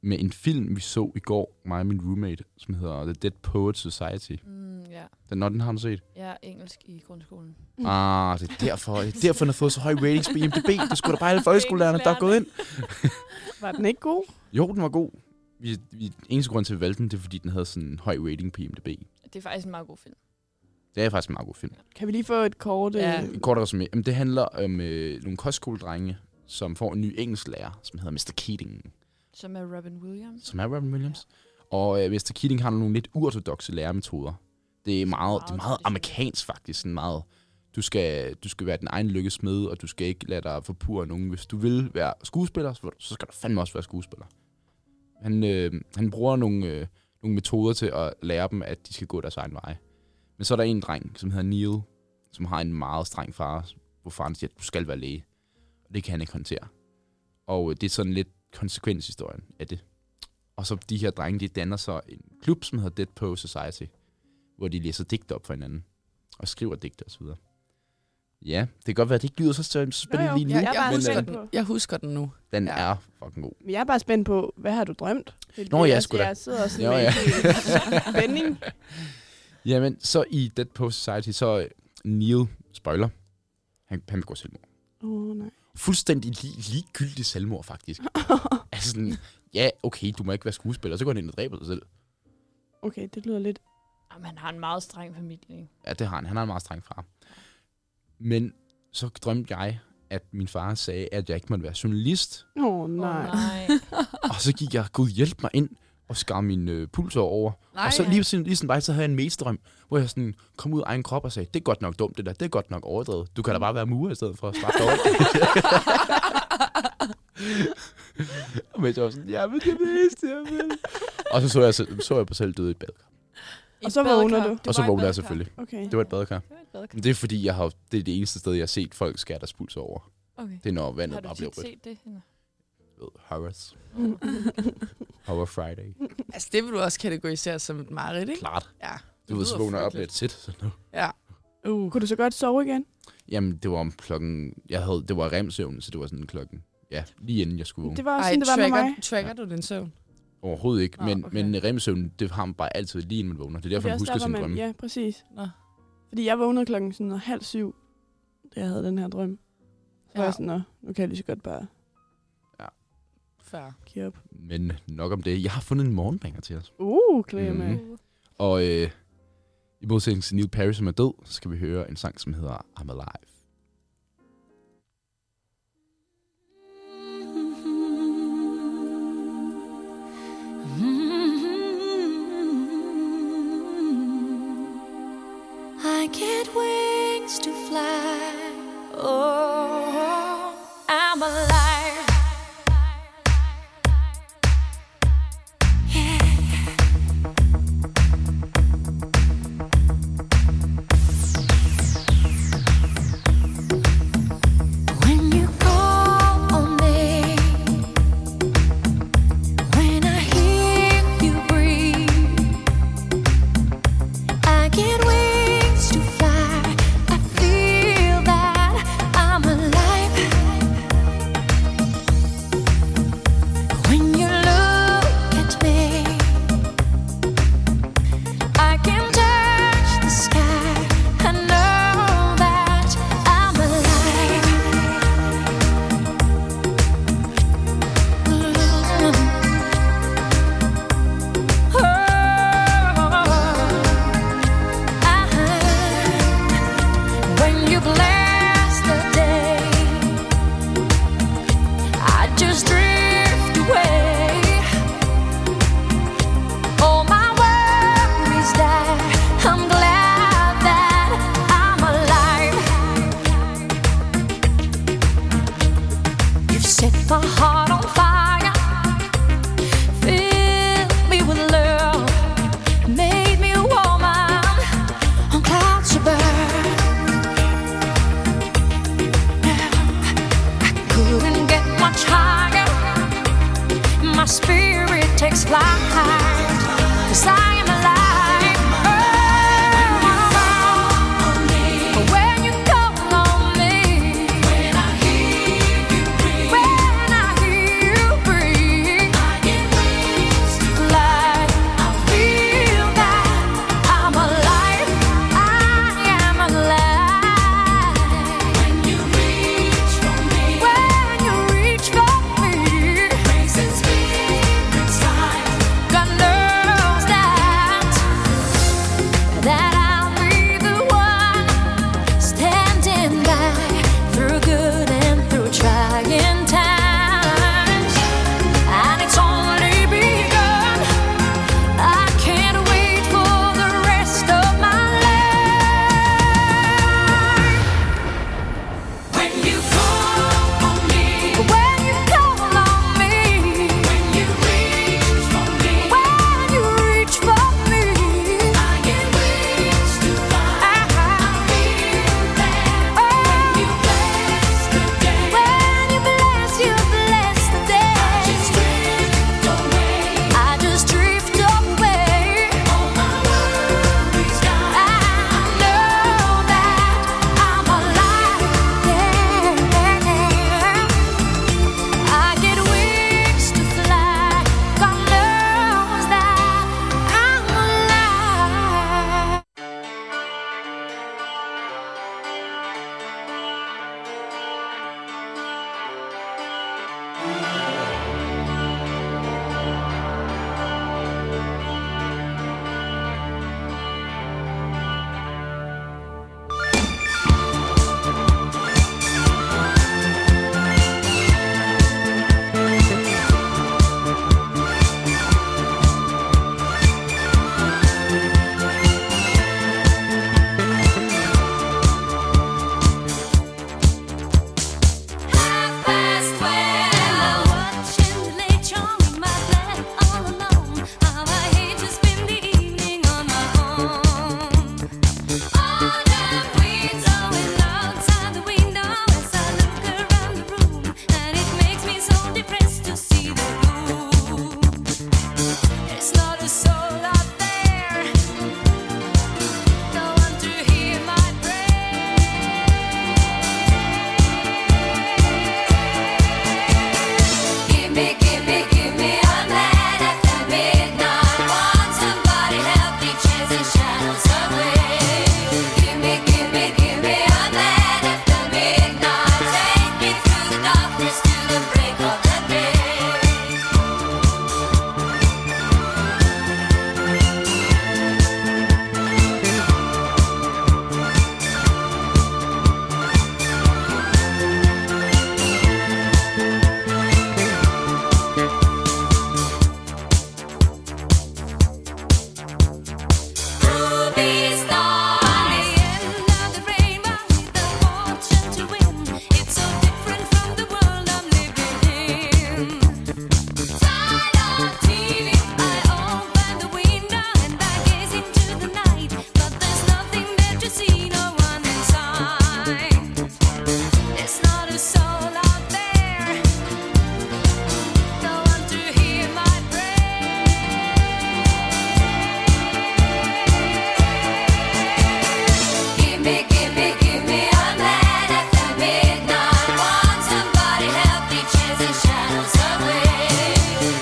[SPEAKER 2] med en film, vi så i går, mig og min roommate, som hedder The Dead Poet Society.
[SPEAKER 4] Mm, ja.
[SPEAKER 2] Den, når den har du set?
[SPEAKER 4] Jeg er engelsk i grundskolen.
[SPEAKER 3] Mm.
[SPEAKER 2] Ah, det er derfor, det er derfor, den har fået så høje ratings på IMDb. Det skulle da bare alle folkeskolelærerne, der er gået ind.
[SPEAKER 3] Var den ikke god?
[SPEAKER 2] Jo, den var god. Vi, vi, eneste grund til, at vi valgte den, det er, fordi den havde sådan en høj rating på IMDb.
[SPEAKER 4] Det er faktisk en meget god film.
[SPEAKER 2] Det er faktisk en meget god film.
[SPEAKER 3] Kan vi lige få et kort?
[SPEAKER 5] Ja.
[SPEAKER 3] øh,
[SPEAKER 2] Kort resumé. Jamen, det handler om øh, nogle kostskoledrenge, som får en ny engelsklærer, som hedder Mr. Keating,
[SPEAKER 4] Som er Robin Williams.
[SPEAKER 2] som er Robin Williams. Og øh, Mr. Keating har nogle lidt uortodoxe læremetoder. Det er meget, det er meget
[SPEAKER 4] traditionelt.
[SPEAKER 2] amerikansk faktisk, sådan meget, du skal, du skal være din egen lykkesmed, og du skal ikke lade dig forpure af nogen. Hvis du vil være skuespiller, så så skal du fandme også være skuespiller. Han, øh, han bruger nogle, øh, nogle metoder til at lære dem, at de skal gå deres egen vej. Men så er der en dreng, som hedder Neil, som har en meget streng far, hvor faren siger, at du skal være læge. Og det kan han ikke håndtere. Og øh, det er sådan lidt konsekvenshistorien af det. Og så de her drenge, de danner så en klub, som hedder Dead Poe Society, hvor de læser digte op for hinanden, og skriver digte osv. Ja, det kan godt være, at det ikke lyder så spændende lige nu,
[SPEAKER 3] jeg, jeg, er bare
[SPEAKER 2] men
[SPEAKER 5] husker
[SPEAKER 2] øh,
[SPEAKER 3] spændt
[SPEAKER 5] den.
[SPEAKER 3] på.
[SPEAKER 5] altså- Jeg husker den nu.
[SPEAKER 2] den
[SPEAKER 5] Ja.
[SPEAKER 2] er fucking god.
[SPEAKER 3] Men jeg er bare spændt på, hvad har du drømt? Helt
[SPEAKER 2] Nå,
[SPEAKER 3] vildt.
[SPEAKER 2] ja,
[SPEAKER 3] Altså,
[SPEAKER 2] sgu da.
[SPEAKER 3] Jeg sidder også
[SPEAKER 2] Jo,
[SPEAKER 3] med
[SPEAKER 2] ja.
[SPEAKER 3] spænding.
[SPEAKER 2] Jamen, så i Dead Post Society, så øh, Neil, spoiler, han, han begår selvmord.
[SPEAKER 3] Åh, oh, nej.
[SPEAKER 2] Fuldstændig li- ligegyldig selvmord, faktisk. altså sådan, ja, okay, du må ikke være skuespiller, så går han ind og dræber sig selv.
[SPEAKER 3] Okay, det lyder lidt...
[SPEAKER 4] Jamen, han har en meget streng familie. ikke?
[SPEAKER 2] Ja, det har han. Han har en meget streng far. Men så drømte jeg, at min far sagde, at jeg ikke måtte være journalist.
[SPEAKER 3] Åh, oh,
[SPEAKER 4] Åh,
[SPEAKER 3] nej.
[SPEAKER 4] nej.
[SPEAKER 2] Og så gik jeg, gud hjælp mig ind, og skar min øh, puls over.
[SPEAKER 5] Nej,
[SPEAKER 2] og så lige sådan, lige sådan bare, så havde jeg en mestdrøm, hvor jeg sådan kom ud af egen krop og sagde, det er godt nok dumt det der, det er godt nok overdrevet. Du kan da bare være murer i stedet for at starte over. Men jeg var sådan, ja, men det er det eneste, jeg vil. Og så så jeg, så, så jeg mig selv døde i et badekar.
[SPEAKER 4] Et
[SPEAKER 3] Og så vågner
[SPEAKER 4] badekar.
[SPEAKER 3] du.
[SPEAKER 4] Det
[SPEAKER 2] Og så
[SPEAKER 4] var et
[SPEAKER 2] vågnede jeg
[SPEAKER 4] badekar.
[SPEAKER 2] selvfølgelig.
[SPEAKER 3] Okay.
[SPEAKER 2] Det var et badekar.
[SPEAKER 4] Det var et badekar.
[SPEAKER 2] Men det er fordi, jeg har, det er det eneste sted, jeg har set folk skære deres puls over.
[SPEAKER 4] Okay.
[SPEAKER 2] Det er, når
[SPEAKER 4] Har
[SPEAKER 2] vandet
[SPEAKER 4] du
[SPEAKER 2] bare bliver
[SPEAKER 4] tit
[SPEAKER 2] rødt.
[SPEAKER 4] set det? Henne?
[SPEAKER 2] Ved, Horrors. Horror Friday.
[SPEAKER 5] altså, det vil du også kategorisere som et mareridt, ikke?
[SPEAKER 2] Klart.
[SPEAKER 5] Ja.
[SPEAKER 2] Du ved, så
[SPEAKER 5] lyder
[SPEAKER 2] vågner jeg op lidt
[SPEAKER 5] frygteligt.
[SPEAKER 2] tæt. Sådan noget.
[SPEAKER 5] Ja.
[SPEAKER 3] Uh, kunne du så godt sove igen?
[SPEAKER 2] Jamen, det var om klokken... Jeg havde, det var remsøvn, så det var sådan klokken... Ja, lige inden jeg skulle vågne.
[SPEAKER 3] Det var også
[SPEAKER 5] Ej,
[SPEAKER 3] sådan, det var med
[SPEAKER 5] tracker,
[SPEAKER 3] mig.
[SPEAKER 5] tracker du din søvn?
[SPEAKER 2] Overhovedet ikke,
[SPEAKER 5] Nå,
[SPEAKER 2] men,
[SPEAKER 5] okay.
[SPEAKER 2] okay. men remsøvn, det har man bare altid lige inden man vågner. Det er derfor,
[SPEAKER 3] Det er
[SPEAKER 2] man
[SPEAKER 3] også
[SPEAKER 2] husker sin drømme.
[SPEAKER 3] Ja, præcis.
[SPEAKER 5] Nå.
[SPEAKER 3] Fordi jeg vågnede klokken sådan noget halv syv, da jeg havde den her drøm. Så ja. var
[SPEAKER 5] Ja.
[SPEAKER 3] jeg sådan, "Nå, nu kan jeg lige så godt bare
[SPEAKER 5] Før.
[SPEAKER 3] give op.
[SPEAKER 2] Men nok om det. Jeg har fundet en morgenbanger til os.
[SPEAKER 3] Uh, glæder mig.
[SPEAKER 2] Mhm. Og øh, i modsætning til Neil Perry, som er død, så skal vi høre en sang, som hedder I'm Alive.
[SPEAKER 6] I get wings to fly. Oh, I'm alive. Yeah. When you call on me, when I hear you breathe. I get wings to fly. I feel that I'm alive. When you look at me, I can touch the sky. I know that I'm Oh, alive. Oh. When you bless the day, I just drift away. All my worries die. I'm glad that I'm alive. You've set my heart on fire, fill me with love, made me a woman on clouds above. I couldn't get much higher. My spirit takes flight. 'Cause I am alive. Oh, when you call on me, when I hear you breathe, when I hear you breathe, I get wings to fly. I feel that I'm alive. I am alive. When you reach for me, when you reach for me, raises me inside. God knows that that I'll be the one standing by through good and through trying times, and it's only begun. I can't wait for the rest of my life. When you call on me, when you call on me, when you reach for me, when you reach for me, I get wings Uh-huh.
[SPEAKER 7] shadows away. Give me, give me, give me a man after midnight. Take me through the darkness to the break of the day. There's not a soul out there, no one to hear my prayer. Give me, give me, give me a man after midnight. Want somebody help me chase the shadows away.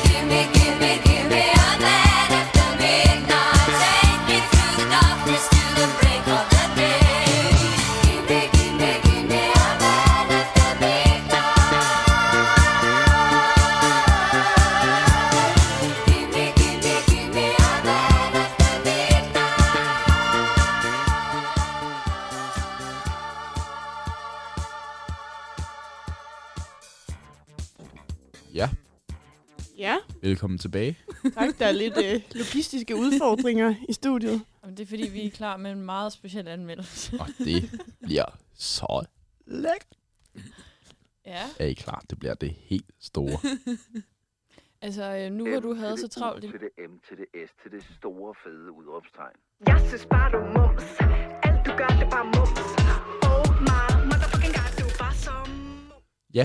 [SPEAKER 7] Give me, give me, give me a man after midnight. Take me through the darkness to the break of the day. Give me, give me, give me a man after midnight. Give me, give me, give me a man after midnight.
[SPEAKER 2] Ja,
[SPEAKER 3] Ja,
[SPEAKER 2] velkommen tilbage.
[SPEAKER 3] tak. Der er lidt øh, logistiske udfordringer i studiet.
[SPEAKER 4] Jamen, det er fordi, vi er klar med en meget speciel anmeldelse.
[SPEAKER 2] Og det bliver så lækkert.
[SPEAKER 4] Ja.
[SPEAKER 2] Er I klar? Det bliver det helt store.
[SPEAKER 4] Altså, øh, nu hvor du havde så travlt... i-
[SPEAKER 8] til det M til det S til det store fede udråbstegn.
[SPEAKER 9] Jeg synes bare, du er mums. Alt du gør, det er bare mums. Oh my motherfucking god, du er bare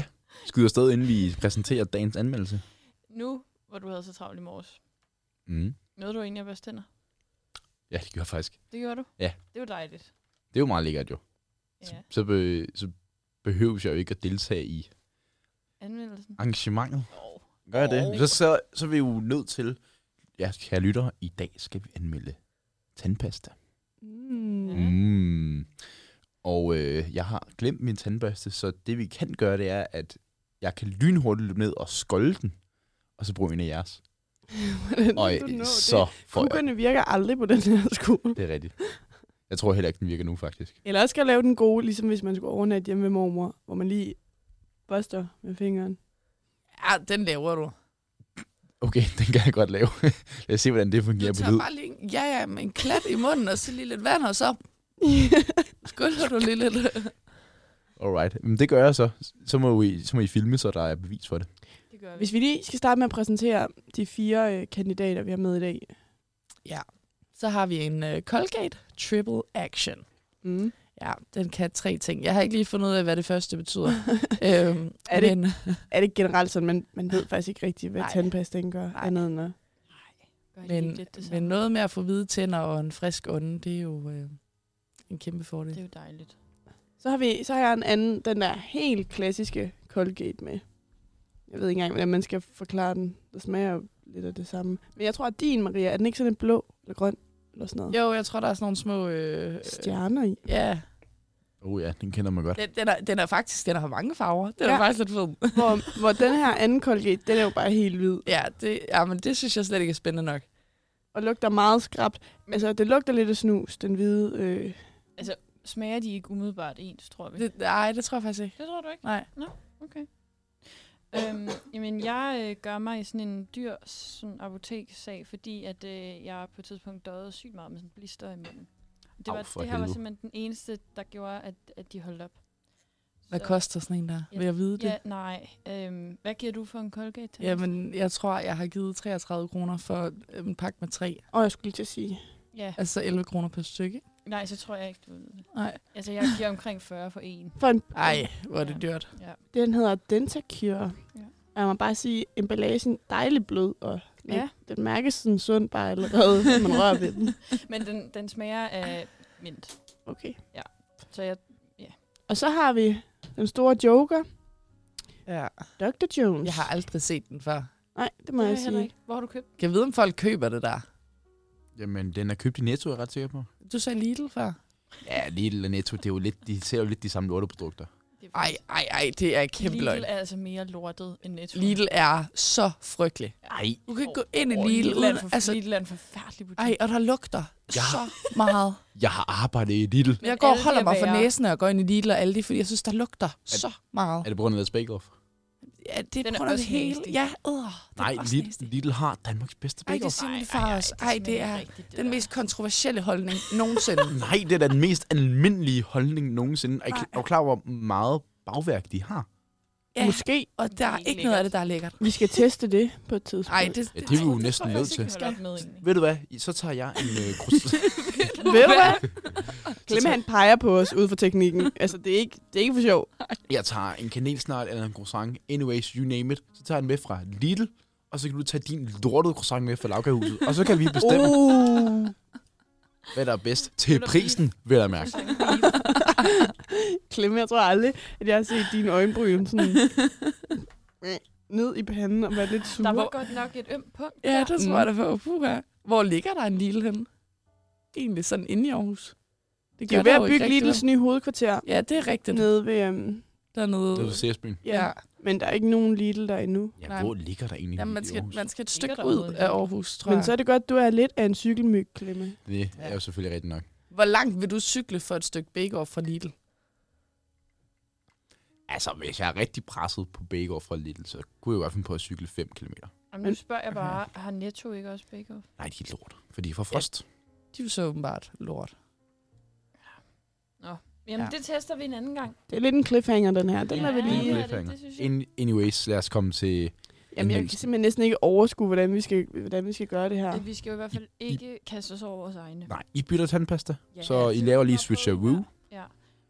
[SPEAKER 9] så mums.
[SPEAKER 2] Skyd afsted, inden vi præsenterer dagens anmeldelse.
[SPEAKER 4] Nu hvor du havde så travlt i morges.
[SPEAKER 2] Mm.
[SPEAKER 4] Nåede du egentlig at børste tænder?
[SPEAKER 2] Ja, det gør jeg faktisk.
[SPEAKER 4] Det gjorde du?
[SPEAKER 2] Ja.
[SPEAKER 4] Det var dejligt.
[SPEAKER 2] Det er jo meget lækkert jo.
[SPEAKER 4] Ja.
[SPEAKER 2] Så, be, så behøves jeg jo ikke at deltage i
[SPEAKER 4] Anmeldelsen?
[SPEAKER 2] arrangementet.
[SPEAKER 4] Oh.
[SPEAKER 2] Gør jeg det? Så, så, så er vi jo nødt til, ja, kære lytter, i dag skal vi anmelde tandpasta.
[SPEAKER 3] Mm.
[SPEAKER 4] Ja.
[SPEAKER 2] Mm. Og øh, jeg har glemt min tandbørste, så det vi kan gøre, det er, at jeg kan lynhurtigt løbe ned og skolde den, og så bruge en af jeres.
[SPEAKER 3] Hvordan
[SPEAKER 2] Og
[SPEAKER 3] vil du nå
[SPEAKER 2] øh,
[SPEAKER 3] det?
[SPEAKER 2] så får jeg...
[SPEAKER 3] Kukkerne virker aldrig på den her skole.
[SPEAKER 2] Det er rigtigt. Jeg tror heller ikke, den virker nu, faktisk.
[SPEAKER 3] Eller også skal jeg lave den gode, ligesom hvis man skulle overnatte hjemme ved mormor, hvor man lige børster med fingeren.
[SPEAKER 5] Ja, den laver du.
[SPEAKER 2] Okay, den kan jeg godt lave. Lad os se, hvordan det
[SPEAKER 5] Du
[SPEAKER 2] fungerer på
[SPEAKER 5] tager
[SPEAKER 2] lyd.
[SPEAKER 5] bare lige en, ja, ja, med en klat i munden, og så lige lidt vand, og så skylder du lige lidt.
[SPEAKER 2] Alright. Men det gør jeg så. Så må, I, så må I filme, så der er bevis for det.
[SPEAKER 4] Det gør vi.
[SPEAKER 3] Hvis vi lige skal starte med at præsentere de fire øh, kandidater, vi har med i dag.
[SPEAKER 5] Så har vi en uh, Colgate Triple Action.
[SPEAKER 3] Mm.
[SPEAKER 5] Ja, den kan tre ting. Jeg har ikke lige fundet ud af, hvad det første betyder. øhm,
[SPEAKER 3] Er det-
[SPEAKER 5] men,
[SPEAKER 3] Er det ikke generelt sådan, man, man ved faktisk ikke rigtigt, hvad
[SPEAKER 5] Ah. Nej.
[SPEAKER 3] tandpasten gør?
[SPEAKER 5] Nej.
[SPEAKER 3] Andet end at...
[SPEAKER 4] Gør de ikke
[SPEAKER 5] men,
[SPEAKER 4] lidt det
[SPEAKER 5] men
[SPEAKER 4] samme?
[SPEAKER 5] noget med at få hvide tænder og en frisk ånde, det er jo øh, en kæmpe
[SPEAKER 4] Det er
[SPEAKER 5] fordel.
[SPEAKER 4] jo dejligt.
[SPEAKER 3] Så har, vi, så har jeg en anden, den der helt klassiske Colgate med. Jeg ved ikke engang, hvordan man skal forklare den. Der smager jo lidt af det samme. Men jeg tror, at din, Maria, er den ikke sådan en blå eller grøn eller sådan noget?
[SPEAKER 5] Jo, jeg tror, der er sådan nogle små... Øh, øh,
[SPEAKER 3] Stjerner i.
[SPEAKER 5] ja,
[SPEAKER 2] Oh ja, den kender man godt.
[SPEAKER 5] den, den, er, den er faktisk, den har mange farver. Den ja.
[SPEAKER 3] Ja.
[SPEAKER 5] er faktisk lidt fed.
[SPEAKER 3] Hvor, hvor den her anden Colgate, den er jo bare helt hvid.
[SPEAKER 5] Ja, det, ja, men det synes jeg slet ikke er spændende nok.
[SPEAKER 3] og lugter meget skrabt. Altså, det lugter lidt af snus, den hvide. Øh.
[SPEAKER 4] Smager de ikke umiddelbart ens, tror vi? Det,
[SPEAKER 5] Det, nej, det tror jeg faktisk ikke.
[SPEAKER 4] det tror du ikke?
[SPEAKER 5] Nej.
[SPEAKER 4] Øhm, jamen, jeg øh, gør mig i sådan en dyr sådan apoteksag, fordi at øh, jeg på et tidspunkt døde sygt meget med sådan blister i munden. Det,
[SPEAKER 2] Au,
[SPEAKER 4] var,
[SPEAKER 2] for
[SPEAKER 4] det her var
[SPEAKER 2] helvede.
[SPEAKER 4] simpelthen den eneste, der gjorde, at, at de holdt op.
[SPEAKER 5] Hvad
[SPEAKER 4] Så-
[SPEAKER 5] koster sådan en der?
[SPEAKER 4] Ja,
[SPEAKER 5] Vil jeg vide det?
[SPEAKER 4] Ja, nej. Øhm, hvad giver du for en Colgate? til?
[SPEAKER 5] Jamen, jeg tror, jeg har givet 33 kroner for øhm, en pakke med tre.
[SPEAKER 3] Og jeg skulle lige til at sige,
[SPEAKER 4] Ja.
[SPEAKER 5] Altså 11 kroner per stykke.
[SPEAKER 4] Nej, så tror jeg ikke, du ved det.
[SPEAKER 5] Nej.
[SPEAKER 4] Altså, jeg giver omkring 40 for en.
[SPEAKER 3] for en,
[SPEAKER 5] Ej, hvor er
[SPEAKER 4] Ja.
[SPEAKER 5] det dyrt.
[SPEAKER 3] den hedder Dentacure.
[SPEAKER 4] Ja.
[SPEAKER 3] Ja. Jeg må bare sige, emballagen dejlig blød, og den,
[SPEAKER 4] Ja.
[SPEAKER 3] ja. den mærkes sådan sund bare allerede, når man rører ved den.
[SPEAKER 4] Men den, den smager af mint.
[SPEAKER 3] Okay.
[SPEAKER 4] Så jeg,
[SPEAKER 3] Og så har vi den store joker,
[SPEAKER 5] Ja.
[SPEAKER 3] Dr. Jones.
[SPEAKER 5] Jeg har aldrig set den før.
[SPEAKER 3] Nej, det må
[SPEAKER 4] det
[SPEAKER 3] jeg,
[SPEAKER 4] jeg
[SPEAKER 3] sige.
[SPEAKER 4] ikke. Hvor har du købt den?
[SPEAKER 5] Kan jeg vide, om folk køber det der?
[SPEAKER 2] Jamen, den er købt i Netto, er jeg ret sikker på.
[SPEAKER 5] Du sagde Lidl før.
[SPEAKER 2] Ja, Lidl og Netto, det er jo lidt, de ser jo lidt de samme lorteprodukter.
[SPEAKER 4] Det er
[SPEAKER 5] Ej,
[SPEAKER 4] faktisk-
[SPEAKER 5] ej, ej, det er kæmpe løgn.
[SPEAKER 4] Lidl er altså mere lortet end Netto.
[SPEAKER 5] Lidl er så frygtelig.
[SPEAKER 2] Ej,
[SPEAKER 5] Du kan ikke gå ind i
[SPEAKER 4] Åh,
[SPEAKER 5] Lidl.
[SPEAKER 4] Lidl er en
[SPEAKER 5] uden,
[SPEAKER 4] for, altså,
[SPEAKER 5] altså,
[SPEAKER 4] Lidl er en forfærdelig butik.
[SPEAKER 5] ej, og der lugter
[SPEAKER 2] Ja.
[SPEAKER 5] så meget.
[SPEAKER 2] jeg har arbejdet i Lidl.
[SPEAKER 4] Men
[SPEAKER 5] Jeg går og
[SPEAKER 4] alle
[SPEAKER 5] holder
[SPEAKER 4] de er
[SPEAKER 5] mig for
[SPEAKER 4] værre.
[SPEAKER 5] næsen, når jeg går ind i Lidl og Aldi, fordi jeg synes, der lugter så meget.
[SPEAKER 2] Er det på grund af deres bake-off?
[SPEAKER 5] Ja, det
[SPEAKER 4] Den er
[SPEAKER 5] på grund af
[SPEAKER 4] også
[SPEAKER 5] det hele.
[SPEAKER 4] nasty.
[SPEAKER 5] Ja, øh, den
[SPEAKER 2] Nej,
[SPEAKER 5] er også
[SPEAKER 2] Lidl,
[SPEAKER 5] nasty.
[SPEAKER 2] Lidl har Danmarks bedste
[SPEAKER 5] Ej, det er
[SPEAKER 2] bake-off.
[SPEAKER 5] simpelthen far os. Ej, det er den mest kontroversielle holdning nogensinde.
[SPEAKER 2] Nej, det er da den mest almindelige holdning nogensinde. Og Jeg
[SPEAKER 5] Nej.
[SPEAKER 2] er jo klar over, hvor meget bagværk de har.
[SPEAKER 5] Ja,
[SPEAKER 3] Måske.
[SPEAKER 5] og der er
[SPEAKER 4] Helt
[SPEAKER 5] ikke noget af det, der er lækkert.
[SPEAKER 3] Vi skal teste det på et tidspunkt.
[SPEAKER 5] Ej, det,
[SPEAKER 2] Ja, det er vi jo næsten
[SPEAKER 5] tror jeg
[SPEAKER 2] nødt
[SPEAKER 5] også
[SPEAKER 2] til.
[SPEAKER 5] ikke, vi skal.
[SPEAKER 4] med egentlig.
[SPEAKER 2] Ved du hvad? I- Så tager jeg en øh, croissant.
[SPEAKER 3] Ved du hvad? Klemme, han peger på os ud fra teknikken. Altså, det er ikke, det er ikke for sjov.
[SPEAKER 2] jeg tager en kanelsnart eller en croissant. Anyways, you name it. Så tager jeg den med fra Lidl. Og så kan du tage din lortede croissant med fra Laukahuset. Og så kan vi bestemme, uh.
[SPEAKER 3] Uh,
[SPEAKER 2] hvad der er bedst. Til prisen, vil jeg mærke.
[SPEAKER 3] Klemme, jeg tror aldrig, at jeg har set dine øjenbryn sådan ned i panden og være lidt
[SPEAKER 4] Der var
[SPEAKER 3] sure.
[SPEAKER 4] godt nok et ømt punkt.
[SPEAKER 5] Ja, det tror jeg
[SPEAKER 3] Mm.
[SPEAKER 5] da på. Puha. Hvor ligger der en Lidl henne? Egentlig sådan inde i Aarhus.
[SPEAKER 3] De er
[SPEAKER 5] gør
[SPEAKER 3] ved
[SPEAKER 5] der
[SPEAKER 3] at
[SPEAKER 5] jo
[SPEAKER 3] bygge
[SPEAKER 5] ikke rigtig
[SPEAKER 3] Lidls nye hovedkvarter
[SPEAKER 5] noget. Ja, det er rigtigt.
[SPEAKER 3] nede ved... Um,
[SPEAKER 5] Dernede.
[SPEAKER 2] Det er Særsbyen.
[SPEAKER 5] Ja,
[SPEAKER 3] men der er ikke nogen Lidl der endnu.
[SPEAKER 2] Ja,
[SPEAKER 5] Nej.
[SPEAKER 2] hvor ligger der egentlig
[SPEAKER 5] ja man,
[SPEAKER 2] Lidl i
[SPEAKER 5] skal,
[SPEAKER 2] Aarhus?
[SPEAKER 5] man skal et
[SPEAKER 4] Ligger
[SPEAKER 5] stykke
[SPEAKER 4] der
[SPEAKER 5] ud
[SPEAKER 4] overhovedet
[SPEAKER 5] af
[SPEAKER 4] ikke?
[SPEAKER 5] Aarhus, tror
[SPEAKER 3] Men
[SPEAKER 5] jeg.
[SPEAKER 3] så er det godt, du er lidt af en cykelmyg, Klemme.
[SPEAKER 2] Det er jo selvfølgelig rigtigt nok.
[SPEAKER 5] Hvor langt vil du cykle for et stykke bake-off fra Lidl?
[SPEAKER 2] Altså, hvis jeg er rigtig presset på bake fra Lidl, så kunne jeg jo godt finde på at cykle 5 km.
[SPEAKER 4] Jamen, nu spørger jeg bare, har Netto ikke også bake off?
[SPEAKER 2] Nej, de er lort. For de er fra frost.
[SPEAKER 5] De er jo så åbenbart lort.
[SPEAKER 4] Jamen,
[SPEAKER 5] Ja.
[SPEAKER 4] det tester vi en anden gang.
[SPEAKER 3] Det er lidt en cliffhanger, den her. Den
[SPEAKER 4] Ja.
[SPEAKER 3] er vi lige...
[SPEAKER 2] Det er en
[SPEAKER 4] det-
[SPEAKER 2] cliffhanger.
[SPEAKER 4] det synes jeg.
[SPEAKER 2] In, anyways, lad os komme til...
[SPEAKER 3] Jamen, jeg kan simpelthen næsten ikke overskue, hvordan vi skal, hvordan vi skal gøre det her.
[SPEAKER 4] Ja. Vi skal jo i hvert fald ikke kaste os over vores egne.
[SPEAKER 2] Nej, I bytter tandpasta.
[SPEAKER 4] Ja,
[SPEAKER 2] så I
[SPEAKER 4] det
[SPEAKER 2] laver
[SPEAKER 4] er
[SPEAKER 2] lige
[SPEAKER 4] bare
[SPEAKER 2] switcheroo.
[SPEAKER 4] Ja.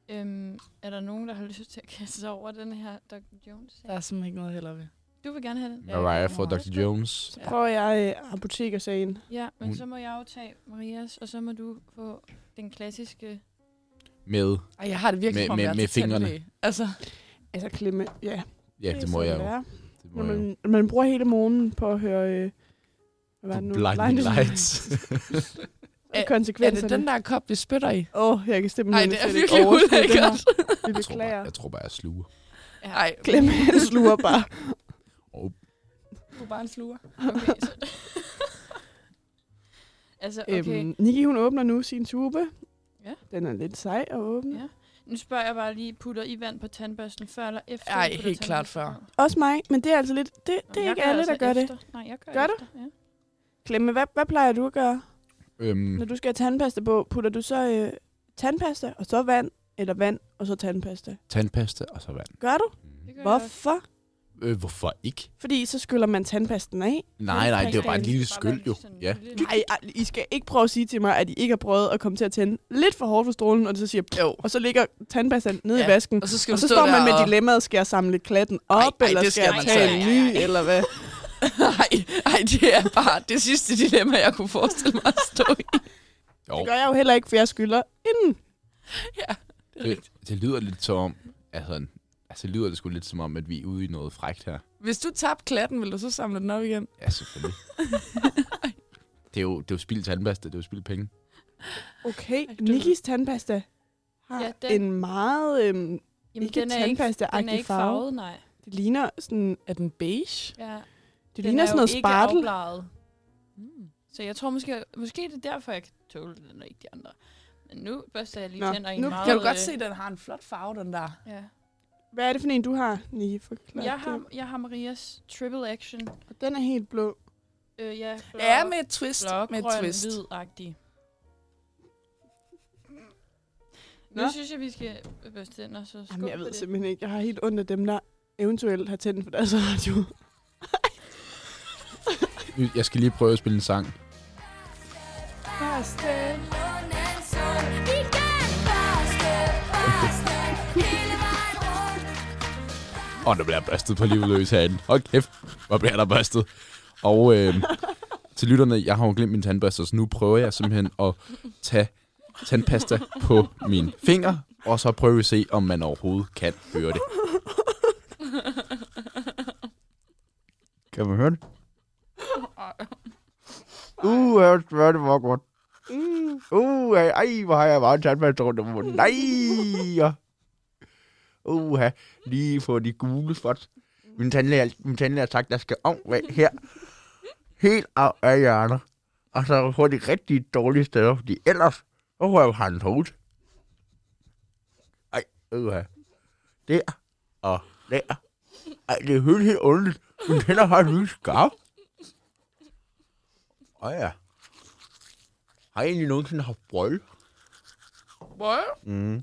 [SPEAKER 4] Øhm, er der nogen, der har lyst til at kaste sig over den her Dr. Jones?
[SPEAKER 5] Der er simpelthen ikke noget heller ved.
[SPEAKER 4] Du vil gerne have den?
[SPEAKER 2] Mariah fra Dr. Jones.
[SPEAKER 3] Så prøver jeg øh, apotekersagen.
[SPEAKER 4] Ja, men
[SPEAKER 2] Hun-
[SPEAKER 4] så må jeg jo tage Marias, og så må du få den klassiske...
[SPEAKER 2] Med...
[SPEAKER 5] Ej, jeg har det virkelig
[SPEAKER 2] Med-
[SPEAKER 5] som om,
[SPEAKER 2] med-
[SPEAKER 5] jeg er
[SPEAKER 2] med
[SPEAKER 5] til tandlæge.
[SPEAKER 2] fingrene.
[SPEAKER 5] Altså,
[SPEAKER 3] Altså, Klemme, ja.
[SPEAKER 2] Ja, det må jeg jo.
[SPEAKER 3] jo.
[SPEAKER 2] Det
[SPEAKER 3] Når
[SPEAKER 2] må jeg jo.
[SPEAKER 3] man, man bruger hele morgenen på at høre... Øh, hvad var det nu?
[SPEAKER 2] Blinding lights.
[SPEAKER 3] Og
[SPEAKER 5] er
[SPEAKER 3] konsekvenserne.
[SPEAKER 5] det den, der er kop, vi spytter i?
[SPEAKER 3] Åh, oh, jeg kan
[SPEAKER 5] Nej,
[SPEAKER 3] simpelthen
[SPEAKER 5] det er
[SPEAKER 3] slet ikke
[SPEAKER 5] virkelig
[SPEAKER 3] overskue det her.
[SPEAKER 5] ulækkert.
[SPEAKER 3] Vi
[SPEAKER 2] jeg, tror bare,
[SPEAKER 3] beklager.
[SPEAKER 2] jeg tror bare, jeg sluger.
[SPEAKER 5] Ej,
[SPEAKER 3] Klemme, han sluger bare.
[SPEAKER 5] du er bare en sluger.
[SPEAKER 4] Okay, så... altså, okay.
[SPEAKER 3] Øhm, Niki, hun åbner nu sin tube.
[SPEAKER 4] Ja.
[SPEAKER 3] Den er lidt sej at åbne.
[SPEAKER 4] Ja. Nu spørger jeg bare lige, putter I vand på tandbørsten før eller efter?
[SPEAKER 5] Ej,
[SPEAKER 4] I putter
[SPEAKER 5] helt klart
[SPEAKER 4] tandbørsten
[SPEAKER 5] før.
[SPEAKER 4] på?
[SPEAKER 3] Også mig, men det er altså lidt... Det, det er
[SPEAKER 4] Jeg
[SPEAKER 3] ikke
[SPEAKER 4] gør
[SPEAKER 3] alle,
[SPEAKER 4] altså
[SPEAKER 3] der gør det.
[SPEAKER 4] efter. det. Nej, jeg gør,
[SPEAKER 3] Gør du?
[SPEAKER 4] efter. Ja.
[SPEAKER 3] Klemme, hvad, hvad plejer du at gøre,
[SPEAKER 2] Øhm,
[SPEAKER 3] når du skal have tandpasta på? Putter du så øh, tandpasta, og så vand, eller vand, og så tandpasta?
[SPEAKER 2] tandpasta og så vand.
[SPEAKER 3] Gør du?
[SPEAKER 4] Det gør jeg også.
[SPEAKER 3] Hvorfor?
[SPEAKER 2] Øh, hvorfor ikke?
[SPEAKER 3] Fordi så skyller man tandpasten af.
[SPEAKER 2] Nej, nej, det er jo bare
[SPEAKER 4] Tandpastaen
[SPEAKER 2] en lille
[SPEAKER 4] skal
[SPEAKER 2] skyld,
[SPEAKER 4] bare
[SPEAKER 2] jo.
[SPEAKER 4] være sådan
[SPEAKER 2] Ja.
[SPEAKER 4] en lille-
[SPEAKER 3] Nej, I skal ikke prøve at sige til mig, at I ikke har prøvet at komme til at tænde lidt for hårdt for strålen, og det så siger,
[SPEAKER 5] Jo.
[SPEAKER 3] og så ligger tandpastaen nede
[SPEAKER 5] Ja,
[SPEAKER 3] i vasken.
[SPEAKER 5] Og så skal
[SPEAKER 3] Og
[SPEAKER 5] du
[SPEAKER 3] så
[SPEAKER 5] stå
[SPEAKER 3] står
[SPEAKER 5] der
[SPEAKER 3] man med
[SPEAKER 5] og...
[SPEAKER 3] dilemmaet, skal jeg samle klatten op,
[SPEAKER 5] Ej, ej,
[SPEAKER 3] eller
[SPEAKER 5] det skal
[SPEAKER 3] skal jeg
[SPEAKER 5] man
[SPEAKER 3] tage
[SPEAKER 5] så
[SPEAKER 3] en
[SPEAKER 5] ikke.
[SPEAKER 3] ny,
[SPEAKER 5] Ej, ej, ej.
[SPEAKER 3] eller hvad?
[SPEAKER 5] Ej, ej, det er bare det sidste dilemma, jeg kunne forestille mig at stå i.
[SPEAKER 2] Jo,
[SPEAKER 3] Det gør jeg jo heller ikke, for jeg skylder inden.
[SPEAKER 2] det, det lyder lidt som om... Altså, altså, det lyder det sgu lidt som om, at vi er ude i noget frækt her.
[SPEAKER 5] Hvis du tabte klatten, vil du så samle den op igen?
[SPEAKER 2] Ja, selvfølgelig. det, er jo, det er jo spildt tandpasta, det er jo spildt penge.
[SPEAKER 3] Okay,
[SPEAKER 5] Ej, det-
[SPEAKER 3] Nikis tandpasta har
[SPEAKER 4] Ja,
[SPEAKER 3] ja,
[SPEAKER 4] den-
[SPEAKER 3] en meget, øhm,
[SPEAKER 4] Jamen,
[SPEAKER 3] ikke
[SPEAKER 4] den er ikke, den er
[SPEAKER 3] tandpasta-agtig
[SPEAKER 4] ikke
[SPEAKER 3] farve.
[SPEAKER 4] farvet, nej.
[SPEAKER 3] Det ligner sådan,
[SPEAKER 5] Er den beige?
[SPEAKER 4] Ja.
[SPEAKER 3] det
[SPEAKER 4] Den
[SPEAKER 3] ligner
[SPEAKER 4] er
[SPEAKER 3] sådan
[SPEAKER 4] jo
[SPEAKER 3] noget
[SPEAKER 4] ikke
[SPEAKER 3] spartel.
[SPEAKER 4] afbleget.
[SPEAKER 5] Mm.
[SPEAKER 4] Så jeg tror måske, måske det er derfor, jeg kan tåle den og ikke de andre. Men nu børster jeg lige
[SPEAKER 3] Nå,
[SPEAKER 4] tænder i en
[SPEAKER 3] nu
[SPEAKER 4] meget...
[SPEAKER 5] Kan du godt se,
[SPEAKER 4] øh,
[SPEAKER 5] at den har en flot farve, den der?
[SPEAKER 4] Ja.
[SPEAKER 3] Hvad er det for en, du har, Niki? Forklar
[SPEAKER 4] Jeg, har,
[SPEAKER 3] det.
[SPEAKER 4] jeg har Marias Triple Action.
[SPEAKER 3] Og Den er helt blå.
[SPEAKER 4] Øh, ja, blå,
[SPEAKER 5] Ja, med et twist.
[SPEAKER 4] blå,
[SPEAKER 5] med et
[SPEAKER 4] grøn,
[SPEAKER 5] twist.
[SPEAKER 4] hvid-agtig.
[SPEAKER 3] Nå.
[SPEAKER 4] Nu synes jeg, vi skal øh, børste den og så skubbe
[SPEAKER 3] Jamen, jeg ved
[SPEAKER 4] det.
[SPEAKER 3] simpelthen ikke. Jeg har helt ondt af dem, der eventuelt har tændt for deres radio.
[SPEAKER 2] Nu- Jeg skal lige prøve at spille en sang. Og der bliver børstet på livet løs herinde. Hold kæft, hvor bliver der børstet. Og øh, til lytterne, jeg har jo glemt min tandbørste, så nu prøver jeg simpelthen at tage tandpasta på mine fingre, og så prøve at se, om man overhovedet kan høre det. Kan man høre det?
[SPEAKER 10] Uh, hvor er det var godt.
[SPEAKER 3] Mm.
[SPEAKER 10] Uh, ej, hvor har jeg bare en tandpastroner på munden. Nej! ja. Uh, lige få de gule spot. Min tandlæge, min tandlæge har sagt, der skal om væk her. Helt af af hjørner. Og så på de rigtig dårlige steder, fordi ellers, så får jeg jo hans hoved. Ej, uh, Der og der. Ej, det er helt, helt underligt. Min tænder har en lys skarp. Åh ja. Har I egentlig nogensinde haft brøl? Mm.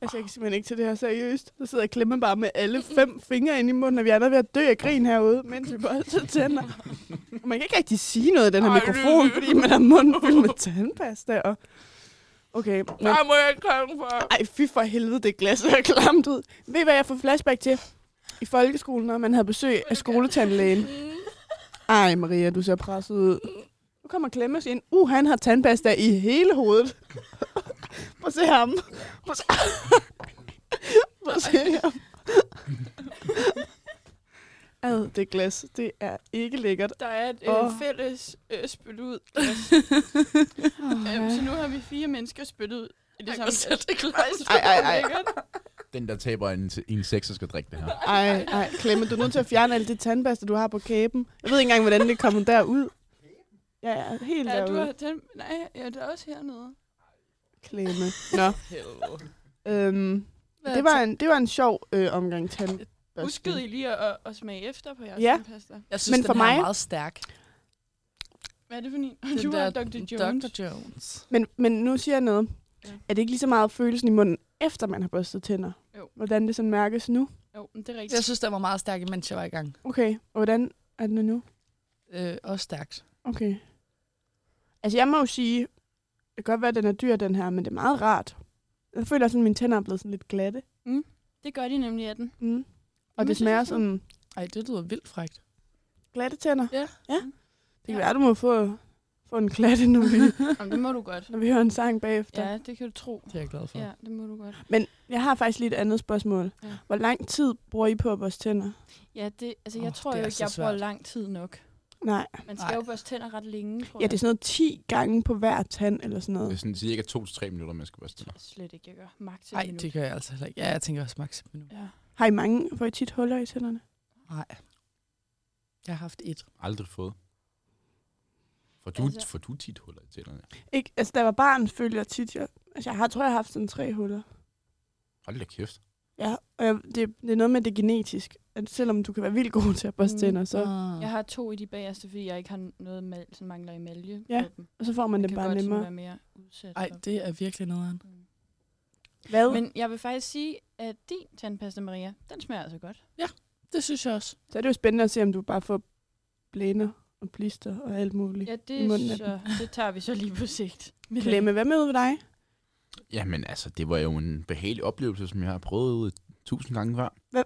[SPEAKER 3] Altså, jeg kan simpelthen ikke til det her seriøst. Der sidder jeg og klemmer bare med alle fem fingre ind i munden, og vi andre er ved at dø af grin herude, mens vi børster tænder. Og man kan ikke rigtig sige noget i den her Ej, mikrofon, fordi man har munden fyldt med tandpasta. Og... Okay, men...
[SPEAKER 5] Der må jeg ikke komme for.
[SPEAKER 3] Ej, fy for helvede, det glas er klamt ud. Ved I, hvad jeg får flashback til? I folkeskolen, når man havde besøg af skoletandlægen. Ej, Maria, du ser presset ud. Nu kommer Klemmes ind. Uh, han har tandpasta i hele hovedet. Prøv at se ham. Prøv at se, Prøv at se ham. Ad, det glas, det er ikke lækkert.
[SPEAKER 4] Der er et
[SPEAKER 3] Åh.
[SPEAKER 4] øh, fælles øh, spyt ud. Øhm, så nu har vi fire mennesker spyttet ud. I det samme
[SPEAKER 5] hvor
[SPEAKER 4] det glas.
[SPEAKER 3] Ej, ej, ej.
[SPEAKER 2] Den, der taber en, en sekser, skal drikke det her.
[SPEAKER 3] Ej, ej, Klemme, du er nødt til at fjerne alt det tandpasta, du har på kæben. Jeg ved ikke engang, hvordan det kommer derud. Ja, ja, helt
[SPEAKER 4] Ja,
[SPEAKER 3] derude.
[SPEAKER 4] du har den... Nej, ja, det er også hernede.
[SPEAKER 3] Klemme. Nå. øhm, det, var en, det var en sjov øh, omgang tandbørste.
[SPEAKER 4] Huskede I lige at, at smage efter på jeres
[SPEAKER 3] Ja.
[SPEAKER 4] ja. pasta?
[SPEAKER 5] Jeg synes, Men for den mig... er meget stærk.
[SPEAKER 4] Hvad er det for en?
[SPEAKER 5] Den
[SPEAKER 4] Du
[SPEAKER 5] der
[SPEAKER 4] er Dr. Jones.
[SPEAKER 5] Dr. Jones.
[SPEAKER 3] Men, men nu siger jeg noget.
[SPEAKER 4] Ja.
[SPEAKER 3] Er det ikke lige så meget følelsen i munden, efter man har børstet tænder?
[SPEAKER 4] Jo.
[SPEAKER 3] Hvordan det sådan mærkes nu?
[SPEAKER 4] Jo, men det er
[SPEAKER 5] Jeg
[SPEAKER 4] rigtigt.
[SPEAKER 5] synes, den var meget stærk, imens jeg var i gang.
[SPEAKER 3] Okay, og hvordan er den nu?
[SPEAKER 5] Øh, også stærkt.
[SPEAKER 3] Okay. Altså, jeg må jo sige, det kan godt være, at den er dyr, den her, men det er meget rart. Jeg føler sådan, at mine tænder er blevet sådan lidt glatte.
[SPEAKER 4] Det gør de nemlig af den.
[SPEAKER 3] Mm. Og det
[SPEAKER 4] Jamen, det
[SPEAKER 3] smager
[SPEAKER 4] synes jeg.
[SPEAKER 3] sådan
[SPEAKER 5] Ej, det lyder vildt frækt.
[SPEAKER 3] glatte tænder.
[SPEAKER 4] Ja.
[SPEAKER 3] ja. Det kan
[SPEAKER 4] Ja.
[SPEAKER 3] være, du må få, få en glatte, når vi,
[SPEAKER 4] Jamen, det må du godt.
[SPEAKER 3] når vi hører en sang bagefter.
[SPEAKER 4] Ja, det kan du tro.
[SPEAKER 5] Det er jeg glad for.
[SPEAKER 4] Ja, det må du godt.
[SPEAKER 3] Men jeg har faktisk lige et andet spørgsmål. Ja.
[SPEAKER 4] Ja.
[SPEAKER 3] Hvor lang tid bruger I på at børste tænder?
[SPEAKER 4] Ja, det, altså, jeg
[SPEAKER 5] Åh,
[SPEAKER 4] oh, tror
[SPEAKER 5] det
[SPEAKER 4] jo
[SPEAKER 5] er
[SPEAKER 4] ikke,
[SPEAKER 5] så
[SPEAKER 4] jeg bruger
[SPEAKER 5] svært.
[SPEAKER 4] lang tid nok.
[SPEAKER 3] Nej.
[SPEAKER 4] Man skal
[SPEAKER 5] Nej.
[SPEAKER 4] jo børste tænder ret længe, tror
[SPEAKER 3] Ja, det er
[SPEAKER 4] jeg.
[SPEAKER 3] sådan noget 10 gange på hver tand eller sådan
[SPEAKER 2] Det er
[SPEAKER 3] noget.
[SPEAKER 2] sådan cirka to til tre minutter, man skal børste tænder.
[SPEAKER 4] Det er slet ikke, jeg gør. Max et
[SPEAKER 5] Nej,
[SPEAKER 4] minut.
[SPEAKER 5] det gør jeg altså heller ikke. Ja, jeg tænker også maks et minut.
[SPEAKER 4] Ja.
[SPEAKER 3] Har I mange, får I tit huller i tænderne?
[SPEAKER 5] Nej. Jeg har haft et.
[SPEAKER 2] Aldrig fået. For du,
[SPEAKER 4] Altså-
[SPEAKER 2] altså... for du tit huller i tænderne.
[SPEAKER 3] Ikke, altså, da jeg var barn, følte jeg tit, jeg, altså, jeg har, tror, jeg har haft sådan tre huller.
[SPEAKER 2] Hold da kæft.
[SPEAKER 3] Ja, og jeg, det, det er noget med det er genetisk. At selvom du kan være vildt god til at børste
[SPEAKER 4] Mm.
[SPEAKER 3] tænder, så,
[SPEAKER 5] Ah.
[SPEAKER 4] Jeg har to i de bagerste, fordi jeg ikke har noget, mal, sådan mangler emalje
[SPEAKER 3] Ja,
[SPEAKER 4] på dem.
[SPEAKER 3] og så får man
[SPEAKER 4] Jeg
[SPEAKER 3] det
[SPEAKER 4] kan
[SPEAKER 3] bare
[SPEAKER 4] godt sådan
[SPEAKER 3] nemmere.
[SPEAKER 4] være mere udsat.
[SPEAKER 5] Ej,
[SPEAKER 4] for-
[SPEAKER 5] det er virkelig nederen.
[SPEAKER 4] Mm.
[SPEAKER 3] Hvad? Men,
[SPEAKER 4] Men jeg vil faktisk sige, at din tandpasta, Maria, den smager altså godt.
[SPEAKER 5] Det synes jeg også.
[SPEAKER 3] så er det jo spændende at se, om du bare får blæner og blister og alt muligt.
[SPEAKER 4] Ja,
[SPEAKER 3] I
[SPEAKER 4] det,
[SPEAKER 3] munden af
[SPEAKER 4] så, det tager vi så lige på sigt.
[SPEAKER 3] Ja. Klemme, hvad med ude ved dig?
[SPEAKER 2] Jamen altså, det var jo en behagelig oplevelse, som jeg har prøvet tusind gange før.
[SPEAKER 3] Hvad-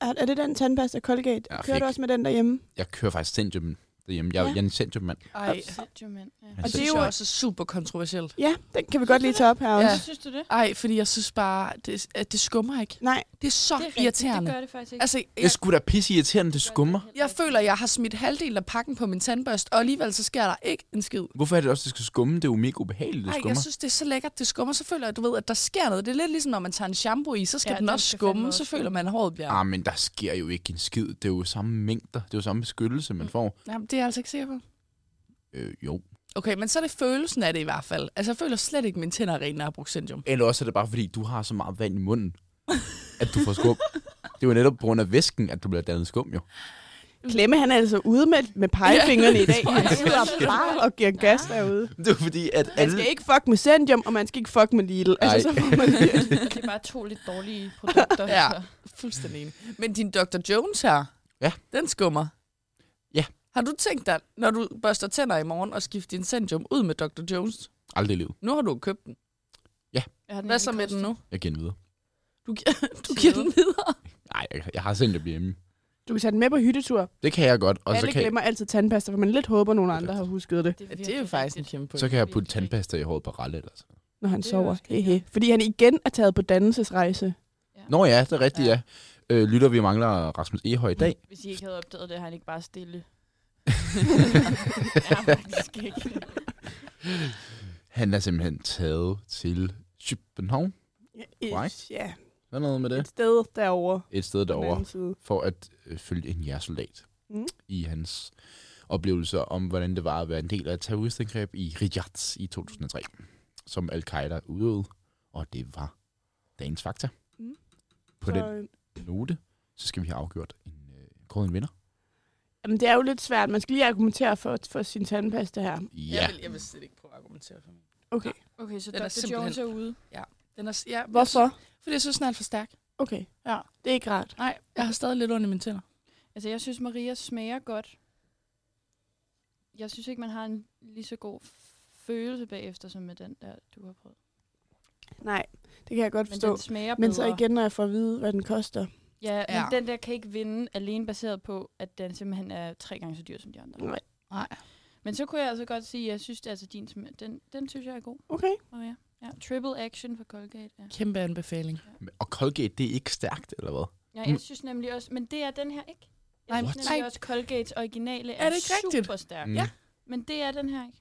[SPEAKER 3] Er er det den tandpasta Colgate?
[SPEAKER 2] Ja,
[SPEAKER 3] Kører du
[SPEAKER 2] fik.
[SPEAKER 3] også med den derhjemme?
[SPEAKER 2] Jeg kører faktisk Centium derhjemme.
[SPEAKER 3] Ja.
[SPEAKER 2] Jeg, ja. jeg er en Altså, Centium-mand.
[SPEAKER 5] Ej,
[SPEAKER 4] Sæt jo, mand. Ja.
[SPEAKER 2] Han
[SPEAKER 5] og det
[SPEAKER 2] siger
[SPEAKER 5] er jo
[SPEAKER 2] sjovt.
[SPEAKER 5] også super kontroversielt.
[SPEAKER 3] Ja, den kan vi godt lige tage op her
[SPEAKER 5] Ja.
[SPEAKER 3] også.
[SPEAKER 4] Hvad synes du det?
[SPEAKER 5] Ej, fordi jeg synes bare, det, at det skummer ikke.
[SPEAKER 3] Nej,
[SPEAKER 5] Det er så
[SPEAKER 4] det
[SPEAKER 5] det
[SPEAKER 4] rigtigt,
[SPEAKER 5] er irriterende.
[SPEAKER 4] Det gør det faktisk ikke.
[SPEAKER 5] Altså,
[SPEAKER 2] Det er
[SPEAKER 5] jeg,
[SPEAKER 2] sgu da pisse irriterende, det skummer.
[SPEAKER 5] jeg føler, jeg har smidt halvdelen af pakken på min tandbørst, og alligevel så sker der ikke en skid.
[SPEAKER 2] Hvorfor er det også, det skal skumme? Det er jo mega ubehageligt, det
[SPEAKER 5] Ej, jeg
[SPEAKER 2] skummer.
[SPEAKER 5] synes, det er så lækkert, det skummer. Så føler jeg, du ved, at der sker noget. Det er lidt ligesom, når man tager en shampoo i, så skal
[SPEAKER 4] Ja,
[SPEAKER 5] ja, den
[SPEAKER 4] den
[SPEAKER 5] også
[SPEAKER 4] skal
[SPEAKER 5] skumme.
[SPEAKER 4] fandme
[SPEAKER 5] så
[SPEAKER 4] også
[SPEAKER 5] føler man, at håret bliver...
[SPEAKER 2] Ah, men der sker jo ikke en skid. Det er jo samme mængder. Det er jo samme beskyttelse, man får.
[SPEAKER 5] Jamen, det er jeg altså ikke sikker på.
[SPEAKER 2] Øh, jo.
[SPEAKER 5] Okay, men så er det følelsen af det i hvert fald. Altså, jeg føler slet ikke, at mine tænder er rene, når jeg har brugt Centium.
[SPEAKER 2] Eller også er det bare, fordi du har så meget vand i munden, at du får skum. det er jo netop på grund af væsken, at du bliver dannet skum, jo.
[SPEAKER 4] Mm.
[SPEAKER 3] Klemme han er altså ude med, med pegefingrene i dag. Han sidder bare og giver gas derude.
[SPEAKER 2] Det er jo fordi, at
[SPEAKER 3] Man skal ikke fuck med Sendium, og man skal ikke fuck med Lidl. Altså,
[SPEAKER 2] Ej.
[SPEAKER 3] så får man lige...
[SPEAKER 4] Det er bare to lidt dårlige produkter.
[SPEAKER 5] Ja.
[SPEAKER 4] så.
[SPEAKER 5] Fuldstændig enig. Men din Dr. Jones her,
[SPEAKER 2] Ja.
[SPEAKER 5] den skummer.
[SPEAKER 2] Ja.
[SPEAKER 5] Har du tænkt dig, når du børster tænder i morgen, at skifte din Centium ud med Dr. Jones?
[SPEAKER 2] Aldrig i livet.
[SPEAKER 5] Nu har du købt den.
[SPEAKER 4] Jeg har den
[SPEAKER 5] Hvad
[SPEAKER 4] egentlig
[SPEAKER 5] så med den
[SPEAKER 4] kostet.
[SPEAKER 5] nu?
[SPEAKER 2] Jeg giver den videre.
[SPEAKER 5] Du, gi- du giver den videre.
[SPEAKER 2] Nej, jeg, jeg har sendt det hjemme.
[SPEAKER 3] Du kan tage den med på hyttetur.
[SPEAKER 2] Det kan jeg godt, og så
[SPEAKER 3] Alle
[SPEAKER 2] kan, jeg,
[SPEAKER 3] glemmer altid tandpasta, for man lidt håber, at nogle andre har husket det,
[SPEAKER 5] Ja, det er jo
[SPEAKER 4] virkelig
[SPEAKER 5] faktisk en
[SPEAKER 4] rigtigt.
[SPEAKER 5] kæmpe point.
[SPEAKER 2] så kan jeg
[SPEAKER 4] Det er
[SPEAKER 2] putte
[SPEAKER 4] virkelig
[SPEAKER 2] tandpasta i håret på Ralle. Eller sådan.
[SPEAKER 3] når han
[SPEAKER 4] Det er
[SPEAKER 3] sover.
[SPEAKER 4] også genialt.
[SPEAKER 3] Hehe. Fordi han igen er taget på dannelsesrejse.
[SPEAKER 2] Nå ja, det er rigtigt, ja. Øh, lytter, vi mangler Rasmus Ehøj i dag.
[SPEAKER 4] Hvis I ikke havde opdaget det, har han ikke bare stille Jeg er faktisk ikke.
[SPEAKER 2] Han er simpelthen taget til København.
[SPEAKER 3] Ja,
[SPEAKER 2] Right.
[SPEAKER 3] et, ja,
[SPEAKER 2] Hvad er noget med
[SPEAKER 3] et
[SPEAKER 2] det?
[SPEAKER 3] sted derovre.
[SPEAKER 2] Et sted
[SPEAKER 3] På den
[SPEAKER 2] derovre,
[SPEAKER 3] anden side.
[SPEAKER 2] for at øh, følge en jægersoldat
[SPEAKER 3] Mm.
[SPEAKER 2] i hans oplevelser om, hvordan det var at være en del af et terroristangreb i Riyadh i 2003, som al-Qaida udøvede, og det var dagens fakta.
[SPEAKER 3] Mm.
[SPEAKER 2] På den
[SPEAKER 3] øh,
[SPEAKER 2] note, så skal vi have afgjort en, øh, kåret en vinder.
[SPEAKER 3] jamen, det er jo lidt svært. Man skal lige argumentere for, for sin tandpasta her.
[SPEAKER 2] Ja,
[SPEAKER 5] Jeg, vil, jeg vil slet ikke prøve at argumentere for mig.
[SPEAKER 3] Okay.
[SPEAKER 4] Okay, så
[SPEAKER 5] Den er
[SPEAKER 4] Dr. Jones er ude.
[SPEAKER 5] Den er, s- ja,
[SPEAKER 3] Hvorfor?
[SPEAKER 5] Fordi jeg synes, den er alt for stærk.
[SPEAKER 3] Okay.
[SPEAKER 5] Ja.
[SPEAKER 3] Det er ikke rart.
[SPEAKER 5] Nej, jeg har stadig lidt ondt i mine tænder.
[SPEAKER 4] Altså, jeg synes, Maria smager godt. Jeg synes ikke, man har en lige så god følelse bagefter, som med den der, du har prøvet.
[SPEAKER 3] Nej, det kan jeg godt
[SPEAKER 4] Men
[SPEAKER 3] forstå.
[SPEAKER 4] den smager bedre.
[SPEAKER 3] Men så igen, når jeg får at vide, hvad den koster.
[SPEAKER 4] Ja, men
[SPEAKER 5] Ja.
[SPEAKER 4] den der kan ikke vinde alene baseret på, at den simpelthen er tre gange så dyr som de andre.
[SPEAKER 3] Nej.
[SPEAKER 5] Nej.
[SPEAKER 4] Men så kunne jeg altså godt sige, at jeg synes, at altså din smager, den, den synes jeg er god.
[SPEAKER 3] Okay.
[SPEAKER 4] Maria. Ja, triple action for Colgate. Ja.
[SPEAKER 5] Kæmpe anbefaling.
[SPEAKER 2] og Colgate, det er ikke stærkt, eller hvad?
[SPEAKER 4] ja, jeg synes nemlig også, men det er den her ikke. Jeg
[SPEAKER 5] Nej,
[SPEAKER 4] synes
[SPEAKER 5] what?
[SPEAKER 4] nemlig
[SPEAKER 5] Nej.
[SPEAKER 4] også, Colgates originale er,
[SPEAKER 5] Er det ikke
[SPEAKER 4] super
[SPEAKER 5] rigtigt?
[SPEAKER 4] stærk.
[SPEAKER 2] Mm.
[SPEAKER 5] Ja.
[SPEAKER 4] Men det er den her ikke.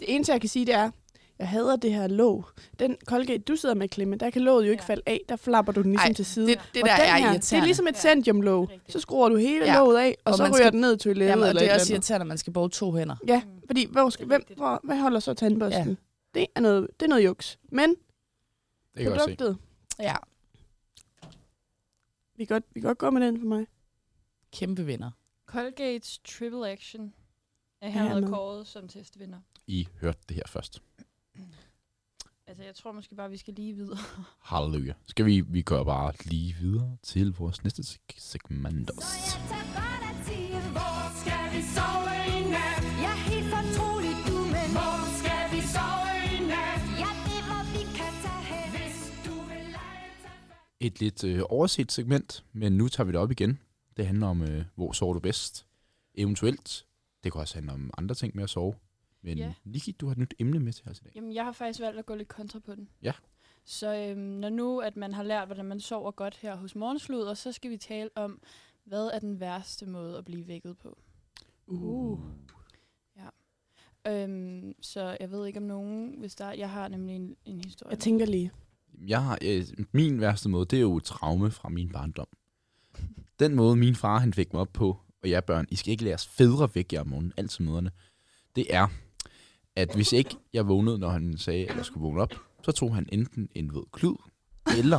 [SPEAKER 3] Det eneste, jeg kan sige, det er, jeg hader det her låg. Den Colgate, du sidder med, Klemme, der kan låget jo ikke
[SPEAKER 4] Ja.
[SPEAKER 3] falde af. Der flapper du den ligesom
[SPEAKER 5] Ej,
[SPEAKER 3] til side.
[SPEAKER 5] Det, det
[SPEAKER 3] Og
[SPEAKER 5] der
[SPEAKER 3] den
[SPEAKER 5] er
[SPEAKER 3] her, det
[SPEAKER 5] irriterende.
[SPEAKER 3] er ligesom et
[SPEAKER 4] Ja.
[SPEAKER 3] sandjumlåg.
[SPEAKER 4] Det er rigtigt.
[SPEAKER 3] Så skruer du hele
[SPEAKER 5] Ja.
[SPEAKER 3] låget af, og,
[SPEAKER 5] Og
[SPEAKER 3] så
[SPEAKER 5] man
[SPEAKER 3] ryger
[SPEAKER 5] skal-
[SPEAKER 3] den ned til
[SPEAKER 5] Jamen,
[SPEAKER 3] toilettet
[SPEAKER 5] og
[SPEAKER 3] eller
[SPEAKER 5] det
[SPEAKER 3] et
[SPEAKER 5] er også
[SPEAKER 3] eller andet.
[SPEAKER 5] irriterende, at man skal bruge to hænder.
[SPEAKER 3] Ja,
[SPEAKER 4] Mm.
[SPEAKER 3] fordi hvor,
[SPEAKER 4] Det
[SPEAKER 3] skal,
[SPEAKER 4] er
[SPEAKER 3] hvem,
[SPEAKER 4] rigtigt.
[SPEAKER 3] hvor, hvad holder så tandbørsten? Det, er noget, det er noget juks. Men
[SPEAKER 2] Det kan jeg godt se.
[SPEAKER 3] produktet,
[SPEAKER 5] Ja.
[SPEAKER 3] vi kan godt, vi kan godt gå med den for mig.
[SPEAKER 5] Kæmpe vinder.
[SPEAKER 4] Colgates triple action er
[SPEAKER 3] Hermed.
[SPEAKER 4] hermed kåret som testvinder.
[SPEAKER 2] I hørte det her først.
[SPEAKER 4] Altså, jeg tror måske bare, vi skal lige videre.
[SPEAKER 2] Halleluja. Skal vi, vi går bare lige videre til vores næste seg- segment.
[SPEAKER 11] Så jeg tager godt af tiden. Hvor skal vi sove i nat? Jeg er helt fortrolig, du, men hvor skal vi sove i nat? Jeg ved, hvor vi kan tage hen. Hvis du vil lege, tage fat.
[SPEAKER 2] Et lidt øh, overset segment, men nu tager vi det op igen. Det handler om, øh, hvor sover du bedst? Eventuelt. Det kan også handle om andre ting med at sove. Men
[SPEAKER 4] Ja.
[SPEAKER 2] Niki, du har et nyt emne med til os i dag.
[SPEAKER 4] Jamen, jeg har faktisk valgt at gå lidt kontra på den.
[SPEAKER 2] Ja.
[SPEAKER 4] Så øhm, når nu, at man har lært, hvordan man sover godt her hos Morgensludder, så skal vi tale om, hvad er den værste måde at blive vækket på.
[SPEAKER 3] Uh.
[SPEAKER 4] Øhm, så jeg ved ikke om nogen, hvis der... Jeg har nemlig en, en historie.
[SPEAKER 3] Jeg tænker lige.
[SPEAKER 2] Jeg har, øh, min værste måde, det er jo traume fra min barndom. Den måde, min far han fik mig op på, og jeg børn, I skal ikke lade jeres fædre væk jer om morgenen, altid møderne, det er, at hvis ikke jeg vågnede, når han sagde, at jeg skulle vågne op, så tog han enten en våd klud, eller,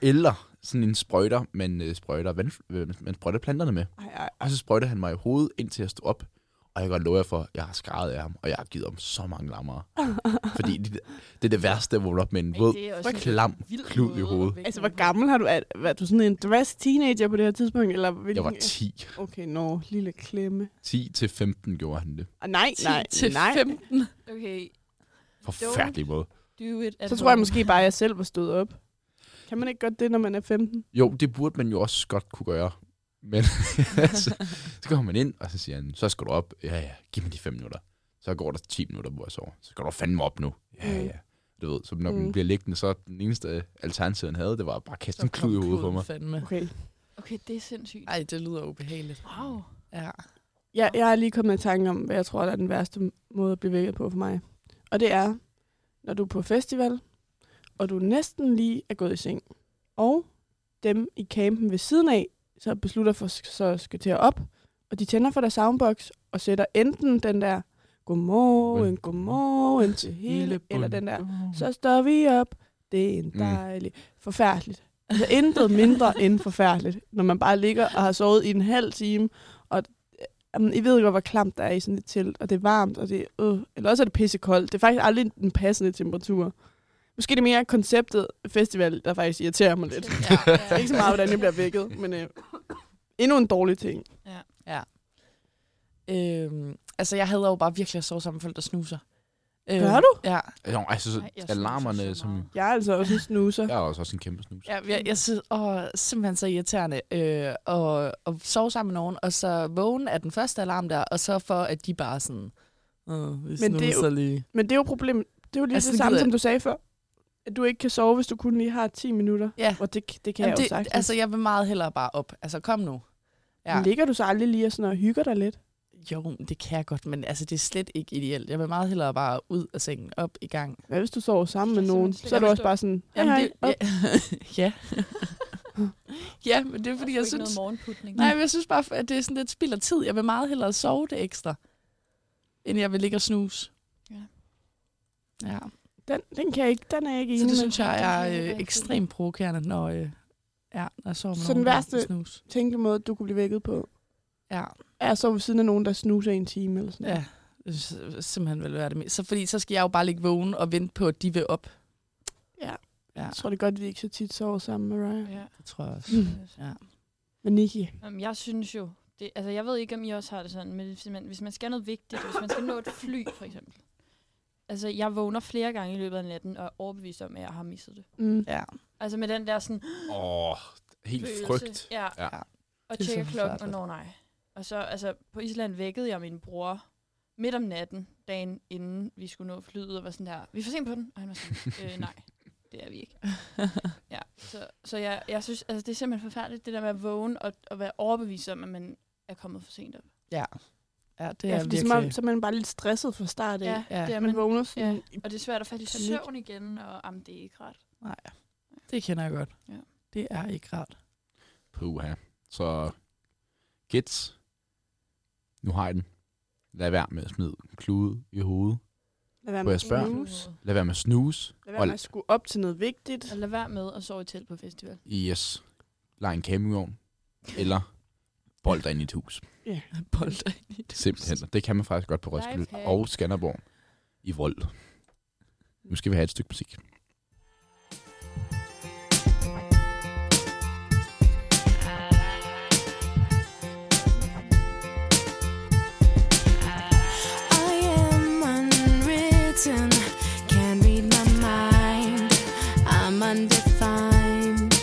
[SPEAKER 2] eller sådan en sprøjter, man, øh, sprøjter vand, øh, man sprøjter planterne med.
[SPEAKER 3] Ej, ej.
[SPEAKER 2] Og så sprøjtede han mig i hovedet, indtil jeg stod op. Og jeg kan godt love jer for, at jeg har skrevet af ham, og jeg har givet ham så mange lammere. Fordi det, det er det værste at vågne op med en våd,
[SPEAKER 4] det er også en
[SPEAKER 2] klam klud i hovedet.
[SPEAKER 3] Altså, hvor gammel har du? Er, var du sådan en dress teenager på det her tidspunkt? Eller hvilken?
[SPEAKER 2] Jeg var 10.
[SPEAKER 3] Okay, nå, no, lille klemme.
[SPEAKER 2] 10 til 15 gjorde han det.
[SPEAKER 3] Ah, nej,
[SPEAKER 5] 10
[SPEAKER 3] nej,
[SPEAKER 5] til
[SPEAKER 3] nej.
[SPEAKER 5] 15.
[SPEAKER 4] Okay,
[SPEAKER 2] Forfærdelig måde.
[SPEAKER 4] do it at
[SPEAKER 3] Så tror jeg
[SPEAKER 4] home.
[SPEAKER 3] måske bare, at jeg selv var stået op. Kan man ikke godt det, når man er 15?
[SPEAKER 2] Jo, det burde man jo også godt kunne gøre. Men altså, så kommer man ind, og så siger han, så skal du op. Ja, ja, giv mig de 5 minutter. Så går der 10 minutter, hvor jeg sover. Så skal du fandme op nu. Ja,
[SPEAKER 3] Mm.
[SPEAKER 2] ja. Du ved, så når man
[SPEAKER 3] Mm.
[SPEAKER 2] bliver liggende, så den eneste alternativ, han havde, det var bare at kaste en klud i hovedet på mig.
[SPEAKER 5] Fandme.
[SPEAKER 3] Okay.
[SPEAKER 4] Okay, det er sindssygt.
[SPEAKER 5] Ej, det lyder ubehageligt.
[SPEAKER 4] Wow.
[SPEAKER 5] Ja.
[SPEAKER 3] Jeg, jeg er lige kommet i tanke om, hvad jeg tror, der er den værste måde at blive vækket på for mig. Og det er, når du er på festival, og du næsten lige er gået i seng, og dem i campen ved siden af, så beslutter for så skal til at op, og de tænder for deres soundbox, og sætter enten den der, godmorgen, godmorgen til hele, eller den der, så står vi op, det er en
[SPEAKER 2] Mm.
[SPEAKER 3] dejlig, forfærdeligt. Altså intet mindre end forfærdeligt, når man bare ligger og har sovet i en halv time, og Jamen, I ved godt, hvor klamt der er i sådan et telt, og det er varmt, og det er, øh, eller også er det pissekoldt. Det er faktisk aldrig den passende temperatur. Måske det er mere konceptet festival, der faktisk irriterer mig lidt.
[SPEAKER 5] Ja.
[SPEAKER 3] Det er ikke så meget, hvordan jeg bliver vækket, men øh, endnu en dårlig ting.
[SPEAKER 5] Øhm, altså, jeg hader jo bare virkelig at sove sammen med folk, der snuser. Øhm,
[SPEAKER 3] Gør du?
[SPEAKER 5] Ja,
[SPEAKER 2] Jo, altså, så
[SPEAKER 4] Ej, jeg snuser så
[SPEAKER 2] alarmerne, som...
[SPEAKER 4] meget.
[SPEAKER 3] Jeg er altså også en snuser.
[SPEAKER 2] Jeg er også, også en kæmpe snus.
[SPEAKER 5] ja jeg, jeg synes, åh, simpelthen så irriterende øh, at, at sove sammen med nogen, og så vågne af den første alarm der, og så for, at de bare sådan... Øh, vi
[SPEAKER 3] Men det er
[SPEAKER 5] snuser lige.
[SPEAKER 3] Men det er jo problem. Det er jo lige
[SPEAKER 5] Altså,
[SPEAKER 3] altså, det
[SPEAKER 5] det gider
[SPEAKER 3] samme, som
[SPEAKER 5] jeg-
[SPEAKER 3] du sagde før. At du ikke kan sove, hvis du kun lige har 10 minutter.
[SPEAKER 5] Ja.
[SPEAKER 3] Og det, det kan Jamen jeg jo
[SPEAKER 5] det,
[SPEAKER 3] sagtens.
[SPEAKER 5] altså, jeg vil meget hellere bare op. Altså, kom nu.
[SPEAKER 3] ja. Ligger du så aldrig lige og, sådan, og hygger dig lidt?
[SPEAKER 5] Jo, men det kan jeg godt, men altså, det er slet ikke ideelt. Jeg vil meget hellere bare ud af sengen, op i gang.
[SPEAKER 3] Hvad hvis du sover sammen med
[SPEAKER 4] Det er
[SPEAKER 3] nogen?
[SPEAKER 4] simpelthen
[SPEAKER 3] Så er du
[SPEAKER 4] slet-
[SPEAKER 3] også bare sådan, hej,
[SPEAKER 5] Jamen,
[SPEAKER 3] hej,
[SPEAKER 5] det,
[SPEAKER 3] op.
[SPEAKER 5] ja. ja. ja, men det er fordi, jeg
[SPEAKER 4] ikke noget
[SPEAKER 5] synes...
[SPEAKER 4] morgenputning.
[SPEAKER 5] Nej, men jeg synes bare, at det er sådan lidt spild af tid. Jeg vil meget hellere sove det ekstra, end jeg vil ligge og snuse.
[SPEAKER 4] Ja.
[SPEAKER 5] Ja,
[SPEAKER 3] Den, den, kan jeg ikke, den er jeg ikke
[SPEAKER 5] så
[SPEAKER 3] enig
[SPEAKER 5] det
[SPEAKER 3] med.
[SPEAKER 5] synes jeg
[SPEAKER 4] den kan jeg
[SPEAKER 5] er
[SPEAKER 4] ikke
[SPEAKER 5] øh,
[SPEAKER 4] rigtig.
[SPEAKER 5] ekstremt provokerende, når, øh, ja, når jeg sover med
[SPEAKER 3] Så
[SPEAKER 5] nogen,
[SPEAKER 3] den
[SPEAKER 5] der
[SPEAKER 3] værste-
[SPEAKER 5] snus.
[SPEAKER 3] Tænke måde, du kunne blive vækket på.
[SPEAKER 5] Ja,
[SPEAKER 3] Er jeg så ved siden af nogen, der snuser i en time eller sådan
[SPEAKER 5] ja. Det synes jeg simpelthen vil være det mest. Så, fordi så skal jeg jo bare ligge vågen og vente på, at de vil op.
[SPEAKER 3] Jeg tror det er godt, vi ikke så tit sover sammen, Mariah.
[SPEAKER 4] Ja.
[SPEAKER 5] Det tror jeg også.
[SPEAKER 4] Mm.
[SPEAKER 5] Ja.
[SPEAKER 3] Men Nikki,
[SPEAKER 4] Jamen, jeg synes jo, det, altså jeg ved ikke, om I også har det sådan, men hvis man, hvis man skal noget vigtigt, hvis man skal nå et fly for eksempel. Altså, jeg vågner flere gange i løbet af natten og er overbevist om, at jeg har misset det.
[SPEAKER 3] mm,
[SPEAKER 5] ja.
[SPEAKER 4] Altså med den der sådan
[SPEAKER 2] Åh, oh, helt
[SPEAKER 4] følelse.
[SPEAKER 2] frygt.
[SPEAKER 4] Ja.
[SPEAKER 2] Ja.
[SPEAKER 4] ja. Og
[SPEAKER 5] Det er så
[SPEAKER 4] tjekker klokken, og
[SPEAKER 5] forfærdeligt.
[SPEAKER 4] når nej. Og så, altså, på Island vækkede jeg min bror midt om natten, dagen inden vi skulle nå flyet, og var sådan der, vi får sent på den. Og han var sådan, øh, nej, det er vi ikke. Ja, så, så jeg, jeg synes, altså, det er simpelthen forfærdeligt, det der med at vågne og, og være overbevist om, at man er kommet for sent op.
[SPEAKER 5] ja, det
[SPEAKER 3] det
[SPEAKER 5] er
[SPEAKER 3] er
[SPEAKER 5] ja,
[SPEAKER 3] ja, fordi,
[SPEAKER 5] virkelig...
[SPEAKER 3] så, er man, så er man bare lidt stresset fra start af.
[SPEAKER 4] Ja,
[SPEAKER 5] ja.
[SPEAKER 4] det er
[SPEAKER 3] man
[SPEAKER 4] man.
[SPEAKER 3] vågner sådan,
[SPEAKER 4] ja. Og det er svært at falde i
[SPEAKER 3] Panik.
[SPEAKER 4] søvn igen, og jamen, det er ikke ret.
[SPEAKER 5] Nej, det kender jeg godt.
[SPEAKER 4] Ja.
[SPEAKER 5] Det er ikke rart.
[SPEAKER 2] Puha. Så gæt. Nu har jeg den. Lad være med at smide klude i hovedet.
[SPEAKER 3] lad være
[SPEAKER 2] På
[SPEAKER 3] med at
[SPEAKER 2] jeres børn.
[SPEAKER 3] snuse.
[SPEAKER 2] Lad være med at snuse.
[SPEAKER 3] Lad være med at skulle op til noget vigtigt.
[SPEAKER 4] Og lad være med at sove i telt på festival.
[SPEAKER 2] Yes. Lej en campingvogn. Eller bold dig ind i et hus.
[SPEAKER 5] Bolder ind i det.
[SPEAKER 2] Simpelthen. Det kan man faktisk godt på Roskilde
[SPEAKER 4] Lifehack.
[SPEAKER 2] og Skanderborg. I vold. Nu skal vi have et stykke musik.
[SPEAKER 11] I am unwritten, can't read my mind. I'm undefined.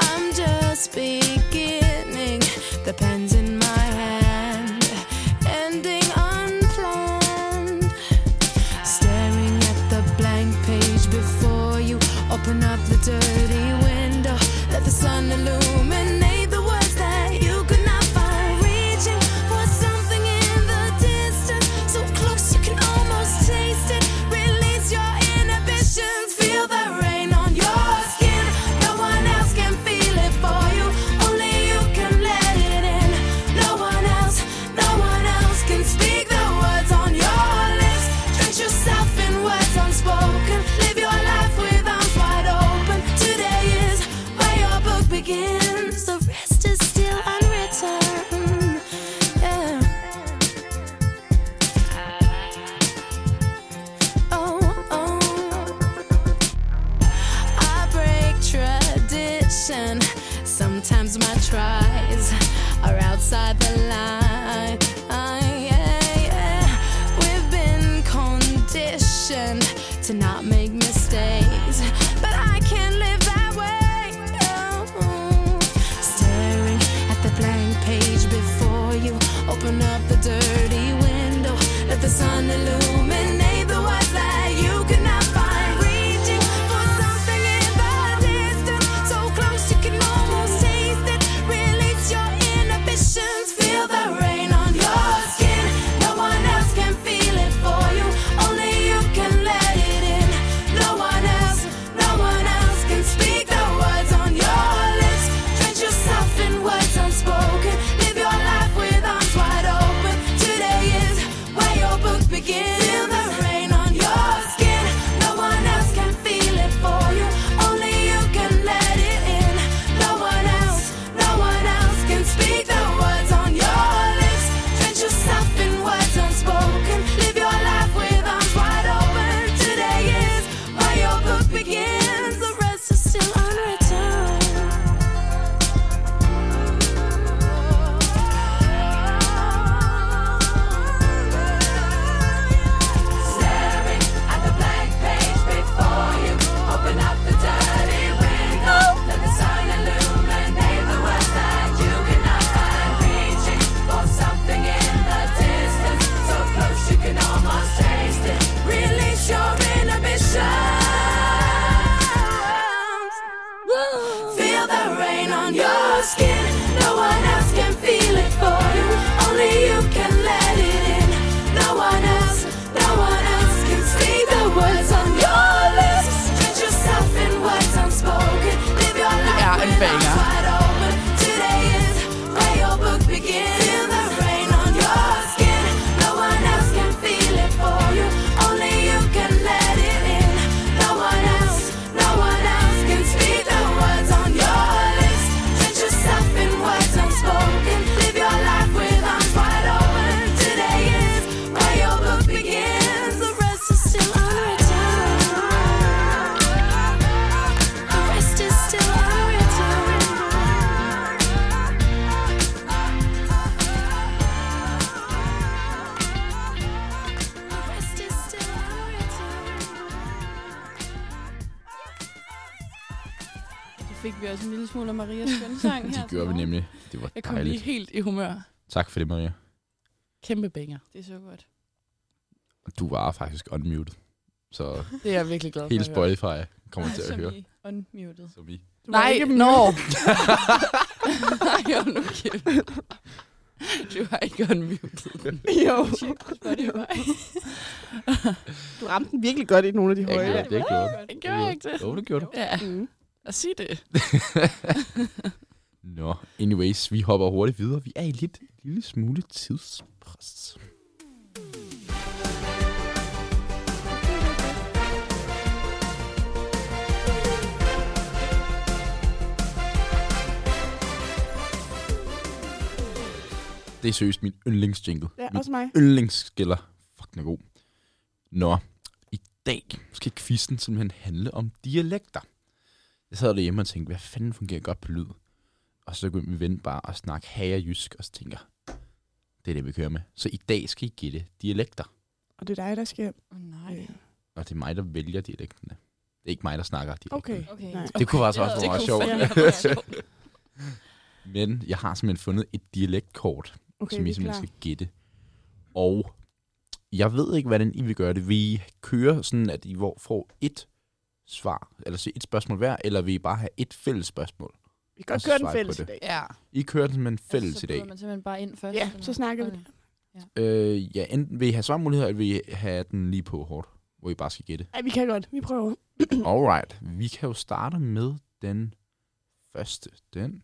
[SPEAKER 11] I'm just beginning. The pen's in my hand, ending unplanned. Staring at the blank page before you. Open up the dirty window. Let the sun illuminate the words that you could not find. Reaching for something in the distance. So close you can almost taste it. Release your inhibitions. Feel the rain on your skin. No one else can feel it for you. Only you can let it in. No one else, no one else can speak the words on your lips. Drench yourself in words unspoken. Live your life with arms wide open. Today is where your book begins. The rest is still unwritten. Yeah. Oh, oh. I break tradition. Sometimes my tries are outside the line. Ah, Yeah, yeah. We've been conditioned to not make mistakes, but I can't live that way. Oh. Staring at the blank page before you, open up the dirty window, let the sun illuminate the words that you could not find. Reaching for something in the distance, so close you can almost taste it. Release your inhibitions, feel the rain on your skin. No one else can feel it for you, only you can let it in. No one else, no one else can speak the words on your lips. Drench yourself in words unspoken. Live your life with arms wide open. Today is where your book begins.
[SPEAKER 4] fik vi også en lille smule af Marias skønsang her.
[SPEAKER 2] Det
[SPEAKER 4] til
[SPEAKER 2] gjorde vi
[SPEAKER 4] morgen.
[SPEAKER 2] nemlig. Det var
[SPEAKER 5] Jeg kom lige
[SPEAKER 2] dejligt.
[SPEAKER 5] helt i humør.
[SPEAKER 2] Tak for det, Maria.
[SPEAKER 5] Kæmpe banger.
[SPEAKER 4] Det er så godt.
[SPEAKER 2] Du var faktisk unmuted. Så
[SPEAKER 5] Det er jeg virkelig glad for.
[SPEAKER 2] hele
[SPEAKER 5] at høre.
[SPEAKER 2] Spotify kommer til
[SPEAKER 4] så
[SPEAKER 2] at høre.
[SPEAKER 4] vi unmuted.
[SPEAKER 2] Som I.
[SPEAKER 3] Du var
[SPEAKER 5] Nej,
[SPEAKER 3] ikke
[SPEAKER 5] nå.
[SPEAKER 3] mute.
[SPEAKER 5] Nej, hold nu kæft. Du har ikke unmuted.
[SPEAKER 3] Jo,
[SPEAKER 4] Check Spotify.
[SPEAKER 3] du ramte den virkelig godt i nogle af de
[SPEAKER 2] Jeg
[SPEAKER 3] høje.
[SPEAKER 2] gjorde
[SPEAKER 3] der.
[SPEAKER 2] det, jeg gjorde det.
[SPEAKER 5] Jeg gjorde ikke det.
[SPEAKER 2] Jo, det gjorde du.
[SPEAKER 5] Ja,
[SPEAKER 3] Mm.
[SPEAKER 5] og sig det.
[SPEAKER 2] Nå, anyways, vi hopper hurtigt videre. Vi er i lidt lille smule tidspres. Det er seriøst min yndlingsjingle.
[SPEAKER 3] Ja,
[SPEAKER 2] min
[SPEAKER 3] også mig.
[SPEAKER 2] yndlingsskiller. Fuck, den er god. Nå, i dag skal quizzen simpelthen handle om dialekter. Jeg sad derhjemme og tænkte, hvad fanden fungerer godt på lyd? Og så begyndte min ven bare at snakke hagerjysk, og så tænker, det er det, vi kører med. Så i dag skal I gætte dialekter.
[SPEAKER 3] Og det er dig, der skal...
[SPEAKER 4] Åh, nej.
[SPEAKER 3] Øh,
[SPEAKER 2] Og det er mig, der vælger dialekterne. Det er ikke mig, der snakker dialekterne.
[SPEAKER 3] Okay.
[SPEAKER 4] Okay.
[SPEAKER 3] Nej.
[SPEAKER 2] Det kunne faktisk også
[SPEAKER 4] Det
[SPEAKER 2] være meget
[SPEAKER 4] kunne
[SPEAKER 2] sjovt.
[SPEAKER 4] fandme være sjovt.
[SPEAKER 2] Men jeg har simpelthen fundet et dialektkort, okay,
[SPEAKER 3] Okay,
[SPEAKER 2] som
[SPEAKER 3] vi
[SPEAKER 2] I
[SPEAKER 3] er klar.
[SPEAKER 2] simpelthen skal gætte. Og jeg ved ikke, hvordan I vil gøre det. Vil I køre sådan, at I hvor- får et svar, eller så et spørgsmål hver, eller vil I bare have et fælles spørgsmål?
[SPEAKER 3] Vi kan godt
[SPEAKER 2] Og så
[SPEAKER 3] køre den
[SPEAKER 2] swipe på
[SPEAKER 3] fælles i
[SPEAKER 2] det.
[SPEAKER 3] dag.
[SPEAKER 5] Ja.
[SPEAKER 2] I kører den simpelthen fælles
[SPEAKER 4] altså,
[SPEAKER 2] i dag.
[SPEAKER 4] Så byder man simpelthen bare ind først.
[SPEAKER 3] Ja,
[SPEAKER 4] eller
[SPEAKER 3] så
[SPEAKER 4] hvad?
[SPEAKER 3] snakker vi.
[SPEAKER 4] Okay.
[SPEAKER 2] Øh, ja, enten vil I have svarmuligheder, eller vil I have den lige på hårdt, hvor I bare skal gætte.
[SPEAKER 3] Ej, vi kan godt. Vi prøver. Mm.
[SPEAKER 2] Alright, vi kan jo starte med den første. Den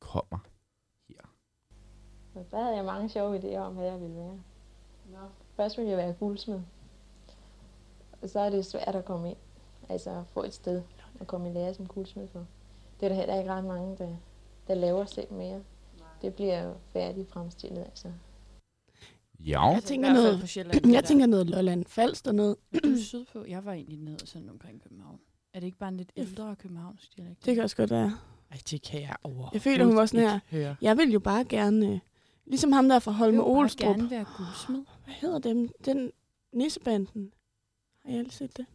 [SPEAKER 2] kommer.
[SPEAKER 12] Men der havde jeg mange sjove idéer om, hvad jeg ville være. Nå. Først ville jeg være guldsmed. Og så er det svært at komme ind. Altså at få et sted at komme i lære som guldsmed for. Det er der heller ikke ret mange, der, der laver selv mere. Det bliver jo færdigt fremstillet. Altså.
[SPEAKER 2] Ja,
[SPEAKER 3] Jeg tænker
[SPEAKER 4] Altså, I hvert fald
[SPEAKER 3] noget,
[SPEAKER 4] på Sjælland, det
[SPEAKER 3] jeg
[SPEAKER 4] der.
[SPEAKER 3] tænker noget Lolland Falster ned.
[SPEAKER 4] Du er sydpå. Jeg var egentlig nede sådan omkring København. Er det ikke bare en lidt ældre københavnsk dialekt?
[SPEAKER 3] Det kan også godt være.
[SPEAKER 5] Ej, det kan jeg over.
[SPEAKER 3] Jeg føler, hun var sådan her.
[SPEAKER 5] Høre.
[SPEAKER 3] Jeg vil jo bare gerne... øh, Ligesom ham der fra Holme
[SPEAKER 4] Jeg
[SPEAKER 3] Olstrup.
[SPEAKER 4] vil jo bare gerne være guldsmed.
[SPEAKER 3] Hvad hedder dem? Den nissebanden. Har jeg aldrig set det?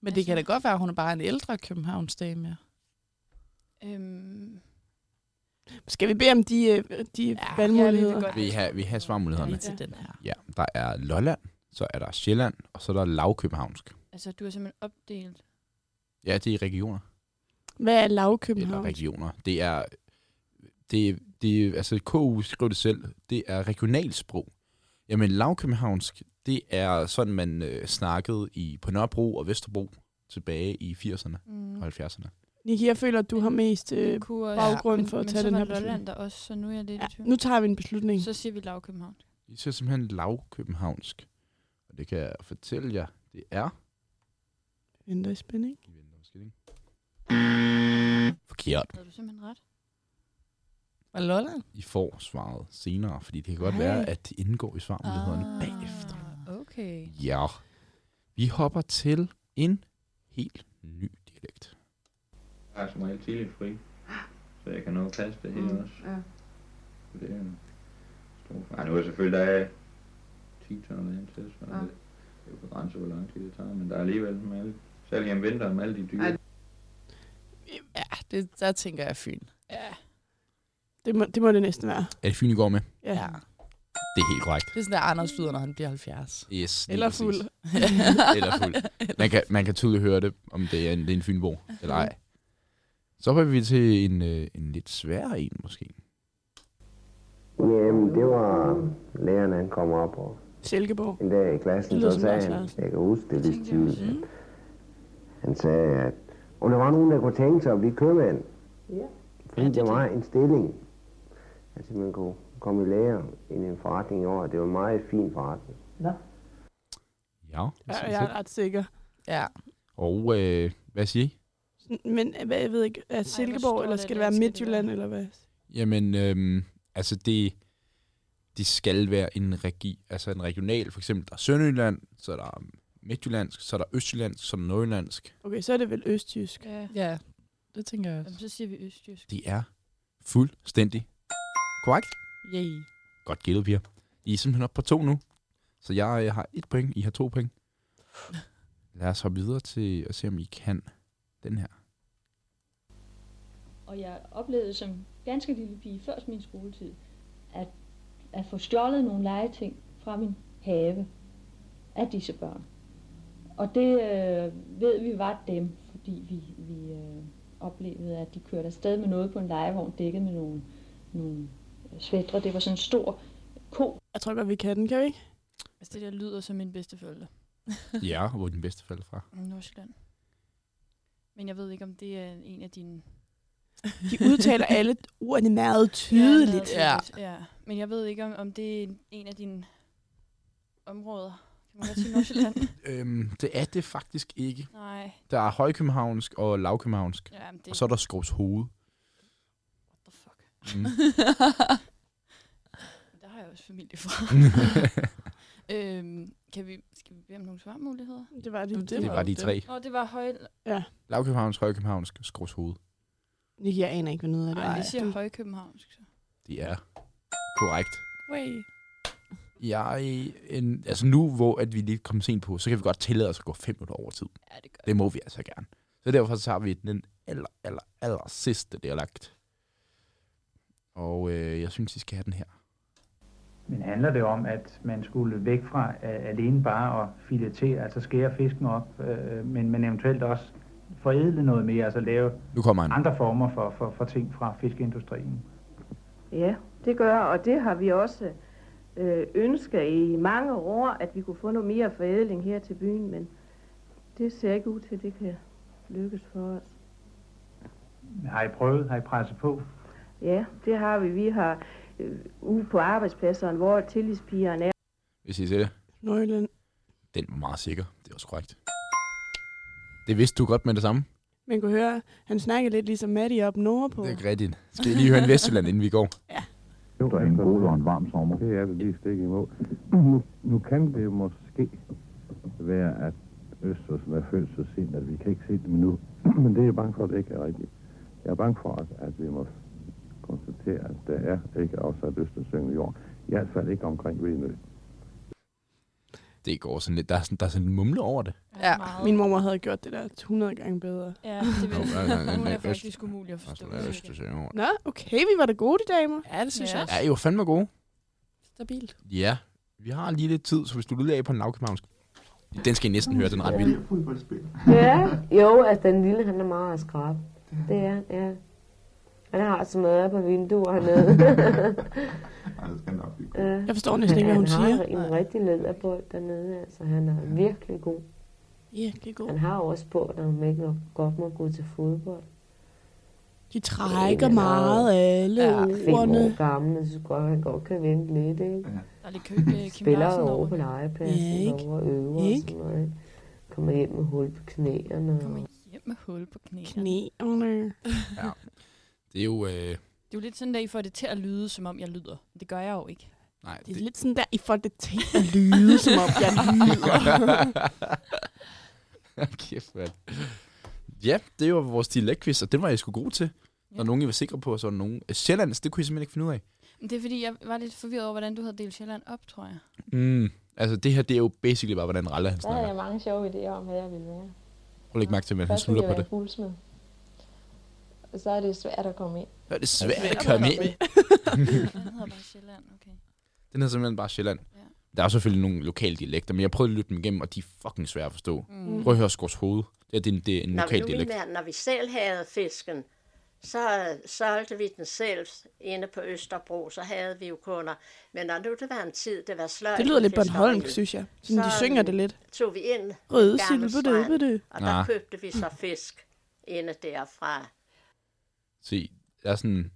[SPEAKER 5] Men det kan da godt være, at hun er bare en ældre Københavnsdame, ja.
[SPEAKER 4] Øhm,
[SPEAKER 3] Skal vi bede om de, øh, de ja, valgmuligheder?
[SPEAKER 4] Ja,
[SPEAKER 2] vi har, vi har svarmulighederne.
[SPEAKER 5] Lige til den her.
[SPEAKER 2] Ja, der er Lolland, så er der Sjælland, og så er der lavkøbenhavnsk.
[SPEAKER 4] altså, du er simpelthen opdelt.
[SPEAKER 2] Ja, det er regioner.
[SPEAKER 3] Hvad er
[SPEAKER 2] Eller
[SPEAKER 3] lavkøbenhavn?
[SPEAKER 2] regioner. Det er, det, er- det, er- altså KU skriver det selv, det er regionalsprog. Jamen lavkøbenhavnsk, det er sådan, man øh, snakkede i, på Nørrebro og Vesterbro tilbage i 80'erne
[SPEAKER 4] Mm.
[SPEAKER 2] og 70'erne.
[SPEAKER 3] Niki, jeg føler, at du har mest øh,
[SPEAKER 4] Det kunne også-
[SPEAKER 3] baggrund
[SPEAKER 4] men-
[SPEAKER 3] for at
[SPEAKER 4] men
[SPEAKER 3] tage
[SPEAKER 4] så
[SPEAKER 3] den
[SPEAKER 4] var
[SPEAKER 3] her
[SPEAKER 4] Lolland
[SPEAKER 3] beslutning.
[SPEAKER 4] der også, så nu er jeg lidt
[SPEAKER 3] Ja,
[SPEAKER 4] i tvivl.
[SPEAKER 3] nu tager vi en beslutning.
[SPEAKER 4] Så siger vi lav København.
[SPEAKER 2] I ser simpelthen lavkøbenhavnsk. Og det kan jeg fortælle jer, det er...
[SPEAKER 3] Venter i spænding.
[SPEAKER 2] I venter måske lige. Forkert.
[SPEAKER 4] Havde du simpelthen ret?
[SPEAKER 5] Var det Lolland?
[SPEAKER 2] I får svaret senere, fordi det kan godt
[SPEAKER 3] Nej.
[SPEAKER 2] være, at det indgår i svarmulighederne ah. bagefter.
[SPEAKER 4] Okay.
[SPEAKER 2] Ja. Vi hopper til en helt ny dialekt.
[SPEAKER 13] Jeg er som regel tidligt fri, så jeg kan nå at passe det hele mm, også. Ja. Det er en stor for... Ej, nu er jeg selvfølgelig, der er 10 tønder med indtil, så ja. det det er jo begrænset, hvor lang tid det tager, men der er alligevel med alle, selv gennem vinteren med alle de dyre.
[SPEAKER 5] Ja, det, der tænker jeg Fyn.
[SPEAKER 4] Ja.
[SPEAKER 3] Det må, det må det næsten være.
[SPEAKER 2] Er det Fyn, I går med?
[SPEAKER 3] Ja. ja.
[SPEAKER 2] Det er helt korrekt.
[SPEAKER 5] Det er sådan, der Anders lyder, når han bliver 70.
[SPEAKER 2] Yes, lige
[SPEAKER 3] Eller
[SPEAKER 2] præcis.
[SPEAKER 3] fuld.
[SPEAKER 2] Eller fuld. Man kan, man kan tydeligt høre det, om det er en, det er en Fynborg eller ej. Så hopper vi til en, øh, en lidt sværere en, måske.
[SPEAKER 13] Jamen, det var læreren, han kom op og
[SPEAKER 3] Silkeborg.
[SPEAKER 13] en dag i klassen,
[SPEAKER 3] Det lyder så som sagde Lars han- Larsen.
[SPEAKER 13] jeg kan huske det lidt tydeligt, han sagde, at om der var nogen, der kunne tænke sig at blive købmand, fordi ja, det var en stilling, altså man kunne komme i lære i en forretning over, det var en meget fin forretning.
[SPEAKER 2] Ja.
[SPEAKER 3] Ja, jeg er ret sikker.
[SPEAKER 5] Ja.
[SPEAKER 2] Og øh, hvad siger I?
[SPEAKER 3] Men øh, hvad, jeg ved ikke, er Silkeborg,
[SPEAKER 4] stort
[SPEAKER 3] eller
[SPEAKER 4] et
[SPEAKER 3] skal det
[SPEAKER 4] land
[SPEAKER 3] være
[SPEAKER 4] skal det
[SPEAKER 3] Midtjylland,
[SPEAKER 4] være?
[SPEAKER 3] eller hvad?
[SPEAKER 2] Jamen, øhm, altså det, det skal være en, regi, altså en regional. For eksempel, der er Sønderjylland, så er der midtjyllandsk, så er der østjyllandsk, så er der nordjyllandsk.
[SPEAKER 3] Okay, så er det vel østjysk.
[SPEAKER 4] ja.
[SPEAKER 5] Ja, det tænker jeg
[SPEAKER 4] Jamen,
[SPEAKER 5] også.
[SPEAKER 4] så siger vi østjysk.
[SPEAKER 2] Det er fuldstændig korrekt.
[SPEAKER 5] Yay.
[SPEAKER 2] Godt gættet, piger. I er simpelthen oppe på to nu. Så jeg øh, har et point, I har to point. Lad os hoppe videre til at se, om I kan den her.
[SPEAKER 14] og jeg oplevede som ganske lille pige, før min skoletid, at, at få stjålet nogle legeting fra min have af disse børn. Og det øh, ved vi var dem, fordi vi, vi øh, oplevede, at de kørte afsted med noget på en legevogn, dækket med nogle, nogle svætter. Det var sådan en stor ko.
[SPEAKER 3] Jeg tror godt, vi kan den, kan vi ikke?
[SPEAKER 4] Altså, det der lyder som min bedsteforældre.
[SPEAKER 2] Ja, hvor er din bedste falder fra?
[SPEAKER 4] Nordsjælland. Men jeg ved ikke, om det er en af dine...
[SPEAKER 3] De udtaler alle ordene meget tydeligt.
[SPEAKER 4] Ja, meget tydeligt, ja. Men jeg ved ikke, om, om det er en- en af dine områder. Kan man godt sige Nordsjælland?
[SPEAKER 2] Øhm, det er det faktisk ikke.
[SPEAKER 4] Nej.
[SPEAKER 2] Der er højkøbenhavnsk og lavkøbenhavnsk.
[SPEAKER 4] Ja, men det-
[SPEAKER 2] Og så er der Skovs hoved. What the fuck? Mm.
[SPEAKER 4] Der har jeg også familie fra. øhm, kan vi, skal vi bede om nogle svarmuligheder?
[SPEAKER 3] Det var de,
[SPEAKER 2] det Det var var de det. tre.
[SPEAKER 4] Og det var høj...
[SPEAKER 3] Ja.
[SPEAKER 2] Lavkøbenhavnsk, højkøbenhavnsk, Skovs hoved.
[SPEAKER 3] Nick, jeg aner ikke, hvad noget af det
[SPEAKER 4] Ej, vi
[SPEAKER 3] er.
[SPEAKER 4] siger højkøbenhavnsk. så.
[SPEAKER 2] Det er korrekt.
[SPEAKER 4] Way.
[SPEAKER 2] Jeg, en, altså nu, hvor at vi lige kom sent på, så kan vi godt tillade os at gå fem minutter over tid.
[SPEAKER 4] Ja, det, gør
[SPEAKER 2] det må vi altså gerne. Så derfor så tager vi den aller, aller, aller sidste dialekt. Og øh, jeg synes, I skal have den her.
[SPEAKER 15] Men handler det om, at man skulle væk fra øh, alene bare at filetere, altså skære fisken op, øh, men, men eventuelt også forædle noget mere, altså lave
[SPEAKER 2] nu kommer han.
[SPEAKER 15] andre former for, for, for ting fra fiskeindustrien?
[SPEAKER 16] Ja, det gør, og det har vi også øh, ønsket i mange år, at vi kunne få noget mere forædling her til byen, men det ser ikke ud til, at det kan lykkes for os.
[SPEAKER 15] Har I prøvet? Har I presset på?
[SPEAKER 16] Ja, det har vi. Vi har øh, ude på arbejdspladserne, hvor tillidspigerne er.
[SPEAKER 2] Hvis I ser det.
[SPEAKER 3] Nøglen.
[SPEAKER 2] Den var meget sikker. Det er også korrekt. Det vidste du godt med det samme.
[SPEAKER 3] Man kunne høre, han snakker lidt ligesom Maddie op nordpå.
[SPEAKER 2] Det er ikke rigtigt. Skal vi lige høre en Vestjylland, inden vi går?
[SPEAKER 17] Jo, der er en god og en varm sommer. Mm. Det er det lige stik imod. Nu, nu kan det jo måske være, at Østersen er født så sent, at vi kan ikke se dem nu. Men det er jeg bange for, at det ikke er rigtigt. Jeg er bange for, at, at vi må konstatere, at der er ikke afsat Østersøen i år. I hvert fald ikke omkring Venø.
[SPEAKER 2] Det går sådan lidt. Der er sådan, der er sådan en mumle over det.
[SPEAKER 3] Ja, min mor havde gjort det der 100 gange bedre.
[SPEAKER 4] Ja, det vil
[SPEAKER 2] Hun er- hun er
[SPEAKER 4] faktisk umulig at forstå.
[SPEAKER 2] Sådan er Østersøen over.
[SPEAKER 3] Nå, okay, vi var da gode, de damer.
[SPEAKER 5] Ja, det synes
[SPEAKER 3] ja.
[SPEAKER 5] jeg
[SPEAKER 2] Ja, I var fandme gode.
[SPEAKER 5] Stabilt.
[SPEAKER 2] Ja. Vi har lige lidt tid, så hvis du lyder af på en lavkøbenhavnsk. Den skal I næsten høre, den er ret vild.
[SPEAKER 18] Ja, jo, altså den lille, han er meget skrab. Det er han, ja. Han har smadret på vinduer hernede. Ja.
[SPEAKER 3] Jeg forstår næsten ikke, hvad hun
[SPEAKER 18] Han har
[SPEAKER 3] siger.
[SPEAKER 18] en rigtig læderbold dernede, altså han er virkelig god.
[SPEAKER 3] Virkelig god.
[SPEAKER 18] Han har også på, når man ikke godt må gå til fodbold.
[SPEAKER 3] De trækker meget alle
[SPEAKER 18] ja,
[SPEAKER 3] ordene.
[SPEAKER 18] ordene. gammel, jeg synes godt, han godt kan vente lidt, ikke?
[SPEAKER 4] Der er lidt køb, øh, Kim
[SPEAKER 18] Spiller
[SPEAKER 4] Larsen
[SPEAKER 18] jo over
[SPEAKER 4] over
[SPEAKER 18] på
[SPEAKER 4] det.
[SPEAKER 18] legepladsen,
[SPEAKER 4] Ja, ikke?
[SPEAKER 18] ja, over og øver og sådan noget. ikke? Kommer hjem med hul på knæerne. og-
[SPEAKER 4] Hjem med hul på knæene.
[SPEAKER 3] Knæerne.
[SPEAKER 2] Ja. Det er jo... Øh,
[SPEAKER 4] Det er jo lidt sådan, at I får det til at lyde, som om jeg lyder. Men Det gør jeg jo ikke.
[SPEAKER 2] Nej,
[SPEAKER 3] Det er lidt sådan der, I får det til at lyde, som om jeg lyder.
[SPEAKER 2] Kæft, mand. Ja, det var vores dialektquiz, og den var jeg sgu god til. Ja. Der er nogen, I var sikre på, og så er der nogen... Øh, Sjællands, det kunne I simpelthen ikke finde ud af.
[SPEAKER 4] Men det er fordi, jeg var lidt forvirret over, hvordan du havde delt Sjælland op, tror jeg.
[SPEAKER 2] Mm. Altså, det her, det er jo basically bare, hvordan Ralle han
[SPEAKER 12] Der havde
[SPEAKER 2] snakker.
[SPEAKER 12] jeg mange sjove idéer om, hvad jeg ville være.
[SPEAKER 2] Prøv at lægge mærke til, hvordan han
[SPEAKER 12] Først ville
[SPEAKER 2] slutter
[SPEAKER 12] jeg
[SPEAKER 2] på
[SPEAKER 12] være
[SPEAKER 2] det.
[SPEAKER 12] guldsmed. Og så er det svært at komme ind.
[SPEAKER 2] Så er det svært at komme ind.
[SPEAKER 4] Den hedder bare Sjælland, okay.
[SPEAKER 2] Den hedder simpelthen bare Sjælland. Ja. Der er selvfølgelig nogle lokale dialekter, men jeg prøvede at lytte dem igennem, og de er fucking svære at forstå.
[SPEAKER 19] Mm.
[SPEAKER 2] Mm. Prøv at høre Skårs hoved. Det er, det er en, det er en
[SPEAKER 19] Når vi,
[SPEAKER 2] lokal
[SPEAKER 19] nu
[SPEAKER 2] dialekt.
[SPEAKER 19] ville, når vi selv havde fisken, så øh, solgte vi den selv inde på Østerbro, så havde vi jo kunder. Men når nu det var en tid, det var sløjt.
[SPEAKER 3] Det lyder lidt
[SPEAKER 19] i fiskeriet,
[SPEAKER 3] Bornholmsk, synes jeg. Sådan, de
[SPEAKER 19] så,
[SPEAKER 3] synger
[SPEAKER 19] øh,
[SPEAKER 3] det lidt.
[SPEAKER 19] tog vi ind
[SPEAKER 3] Røde
[SPEAKER 19] i Gammel
[SPEAKER 3] sild, budu,
[SPEAKER 19] Strand,
[SPEAKER 3] budu.
[SPEAKER 19] og der
[SPEAKER 2] Ah.
[SPEAKER 19] købte vi så fisk inde derfra.
[SPEAKER 2] Se, der er sådan...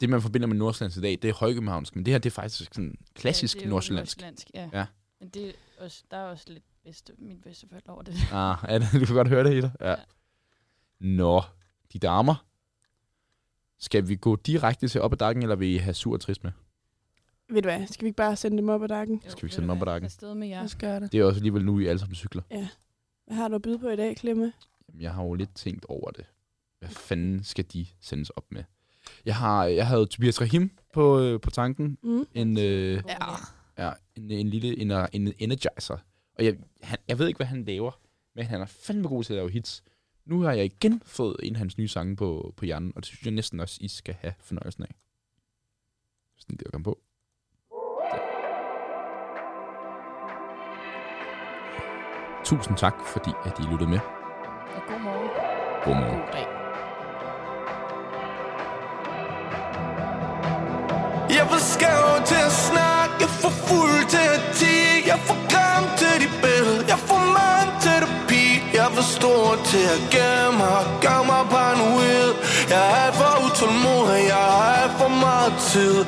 [SPEAKER 2] Det, man forbinder med nordsjællandsk i dag, det er højkøbenhavnsk, men det her, det er faktisk sådan klassisk
[SPEAKER 4] ja,
[SPEAKER 2] ja,
[SPEAKER 4] det er jo
[SPEAKER 2] nordsjællandsk.
[SPEAKER 4] nordsjællandsk. Ja.
[SPEAKER 2] ja.
[SPEAKER 4] Men det er også, der er også lidt bedste, min bedste forældre over det.
[SPEAKER 2] Ah, ja, det- du kan godt høre det i dig. Ja. Nå, de damer. Skal vi gå direkte til op ad dakken, eller vil I have sur og trist med?
[SPEAKER 3] Ved du hvad, skal vi ikke bare sende dem op ad dakken?
[SPEAKER 2] Skal vi sende dem op ad dakken?
[SPEAKER 4] Afsted med jer.
[SPEAKER 3] Lad os gøre det.
[SPEAKER 2] Det er også alligevel nu, I alle sammen cykler.
[SPEAKER 3] Ja. Hvad har du at byde på i dag, Klemme?
[SPEAKER 2] Jeg har jo lidt tænkt over det. Hvad fanden skal de sendes op med? Jeg, har, jeg havde Tobias Rahim på, øh, på tanken.
[SPEAKER 3] Mm.
[SPEAKER 2] En, øh, ja. Ja, en, en lille en, en energizer. Og jeg, han, jeg ved ikke, hvad han laver, men han er fandme god til at lave hits. Nu har jeg igen fået en af hans nye sange på, på hjernen, og det synes jeg næsten også, I skal have fornøjelsen af. Sådan det, jeg kom på. Der. Tusind tak, fordi at I lyttede med.
[SPEAKER 4] Og god morgen.
[SPEAKER 2] Godmorgen.
[SPEAKER 4] God dag.
[SPEAKER 6] Jeg for skæv til at snakke, jeg for fuld til at tige Jeg for grim til dit billede, jeg for mand til det pige Jeg for stor til at gemme mig, gør mig paranoid Jeg er alt for utålmodig, jeg har alt for meget tid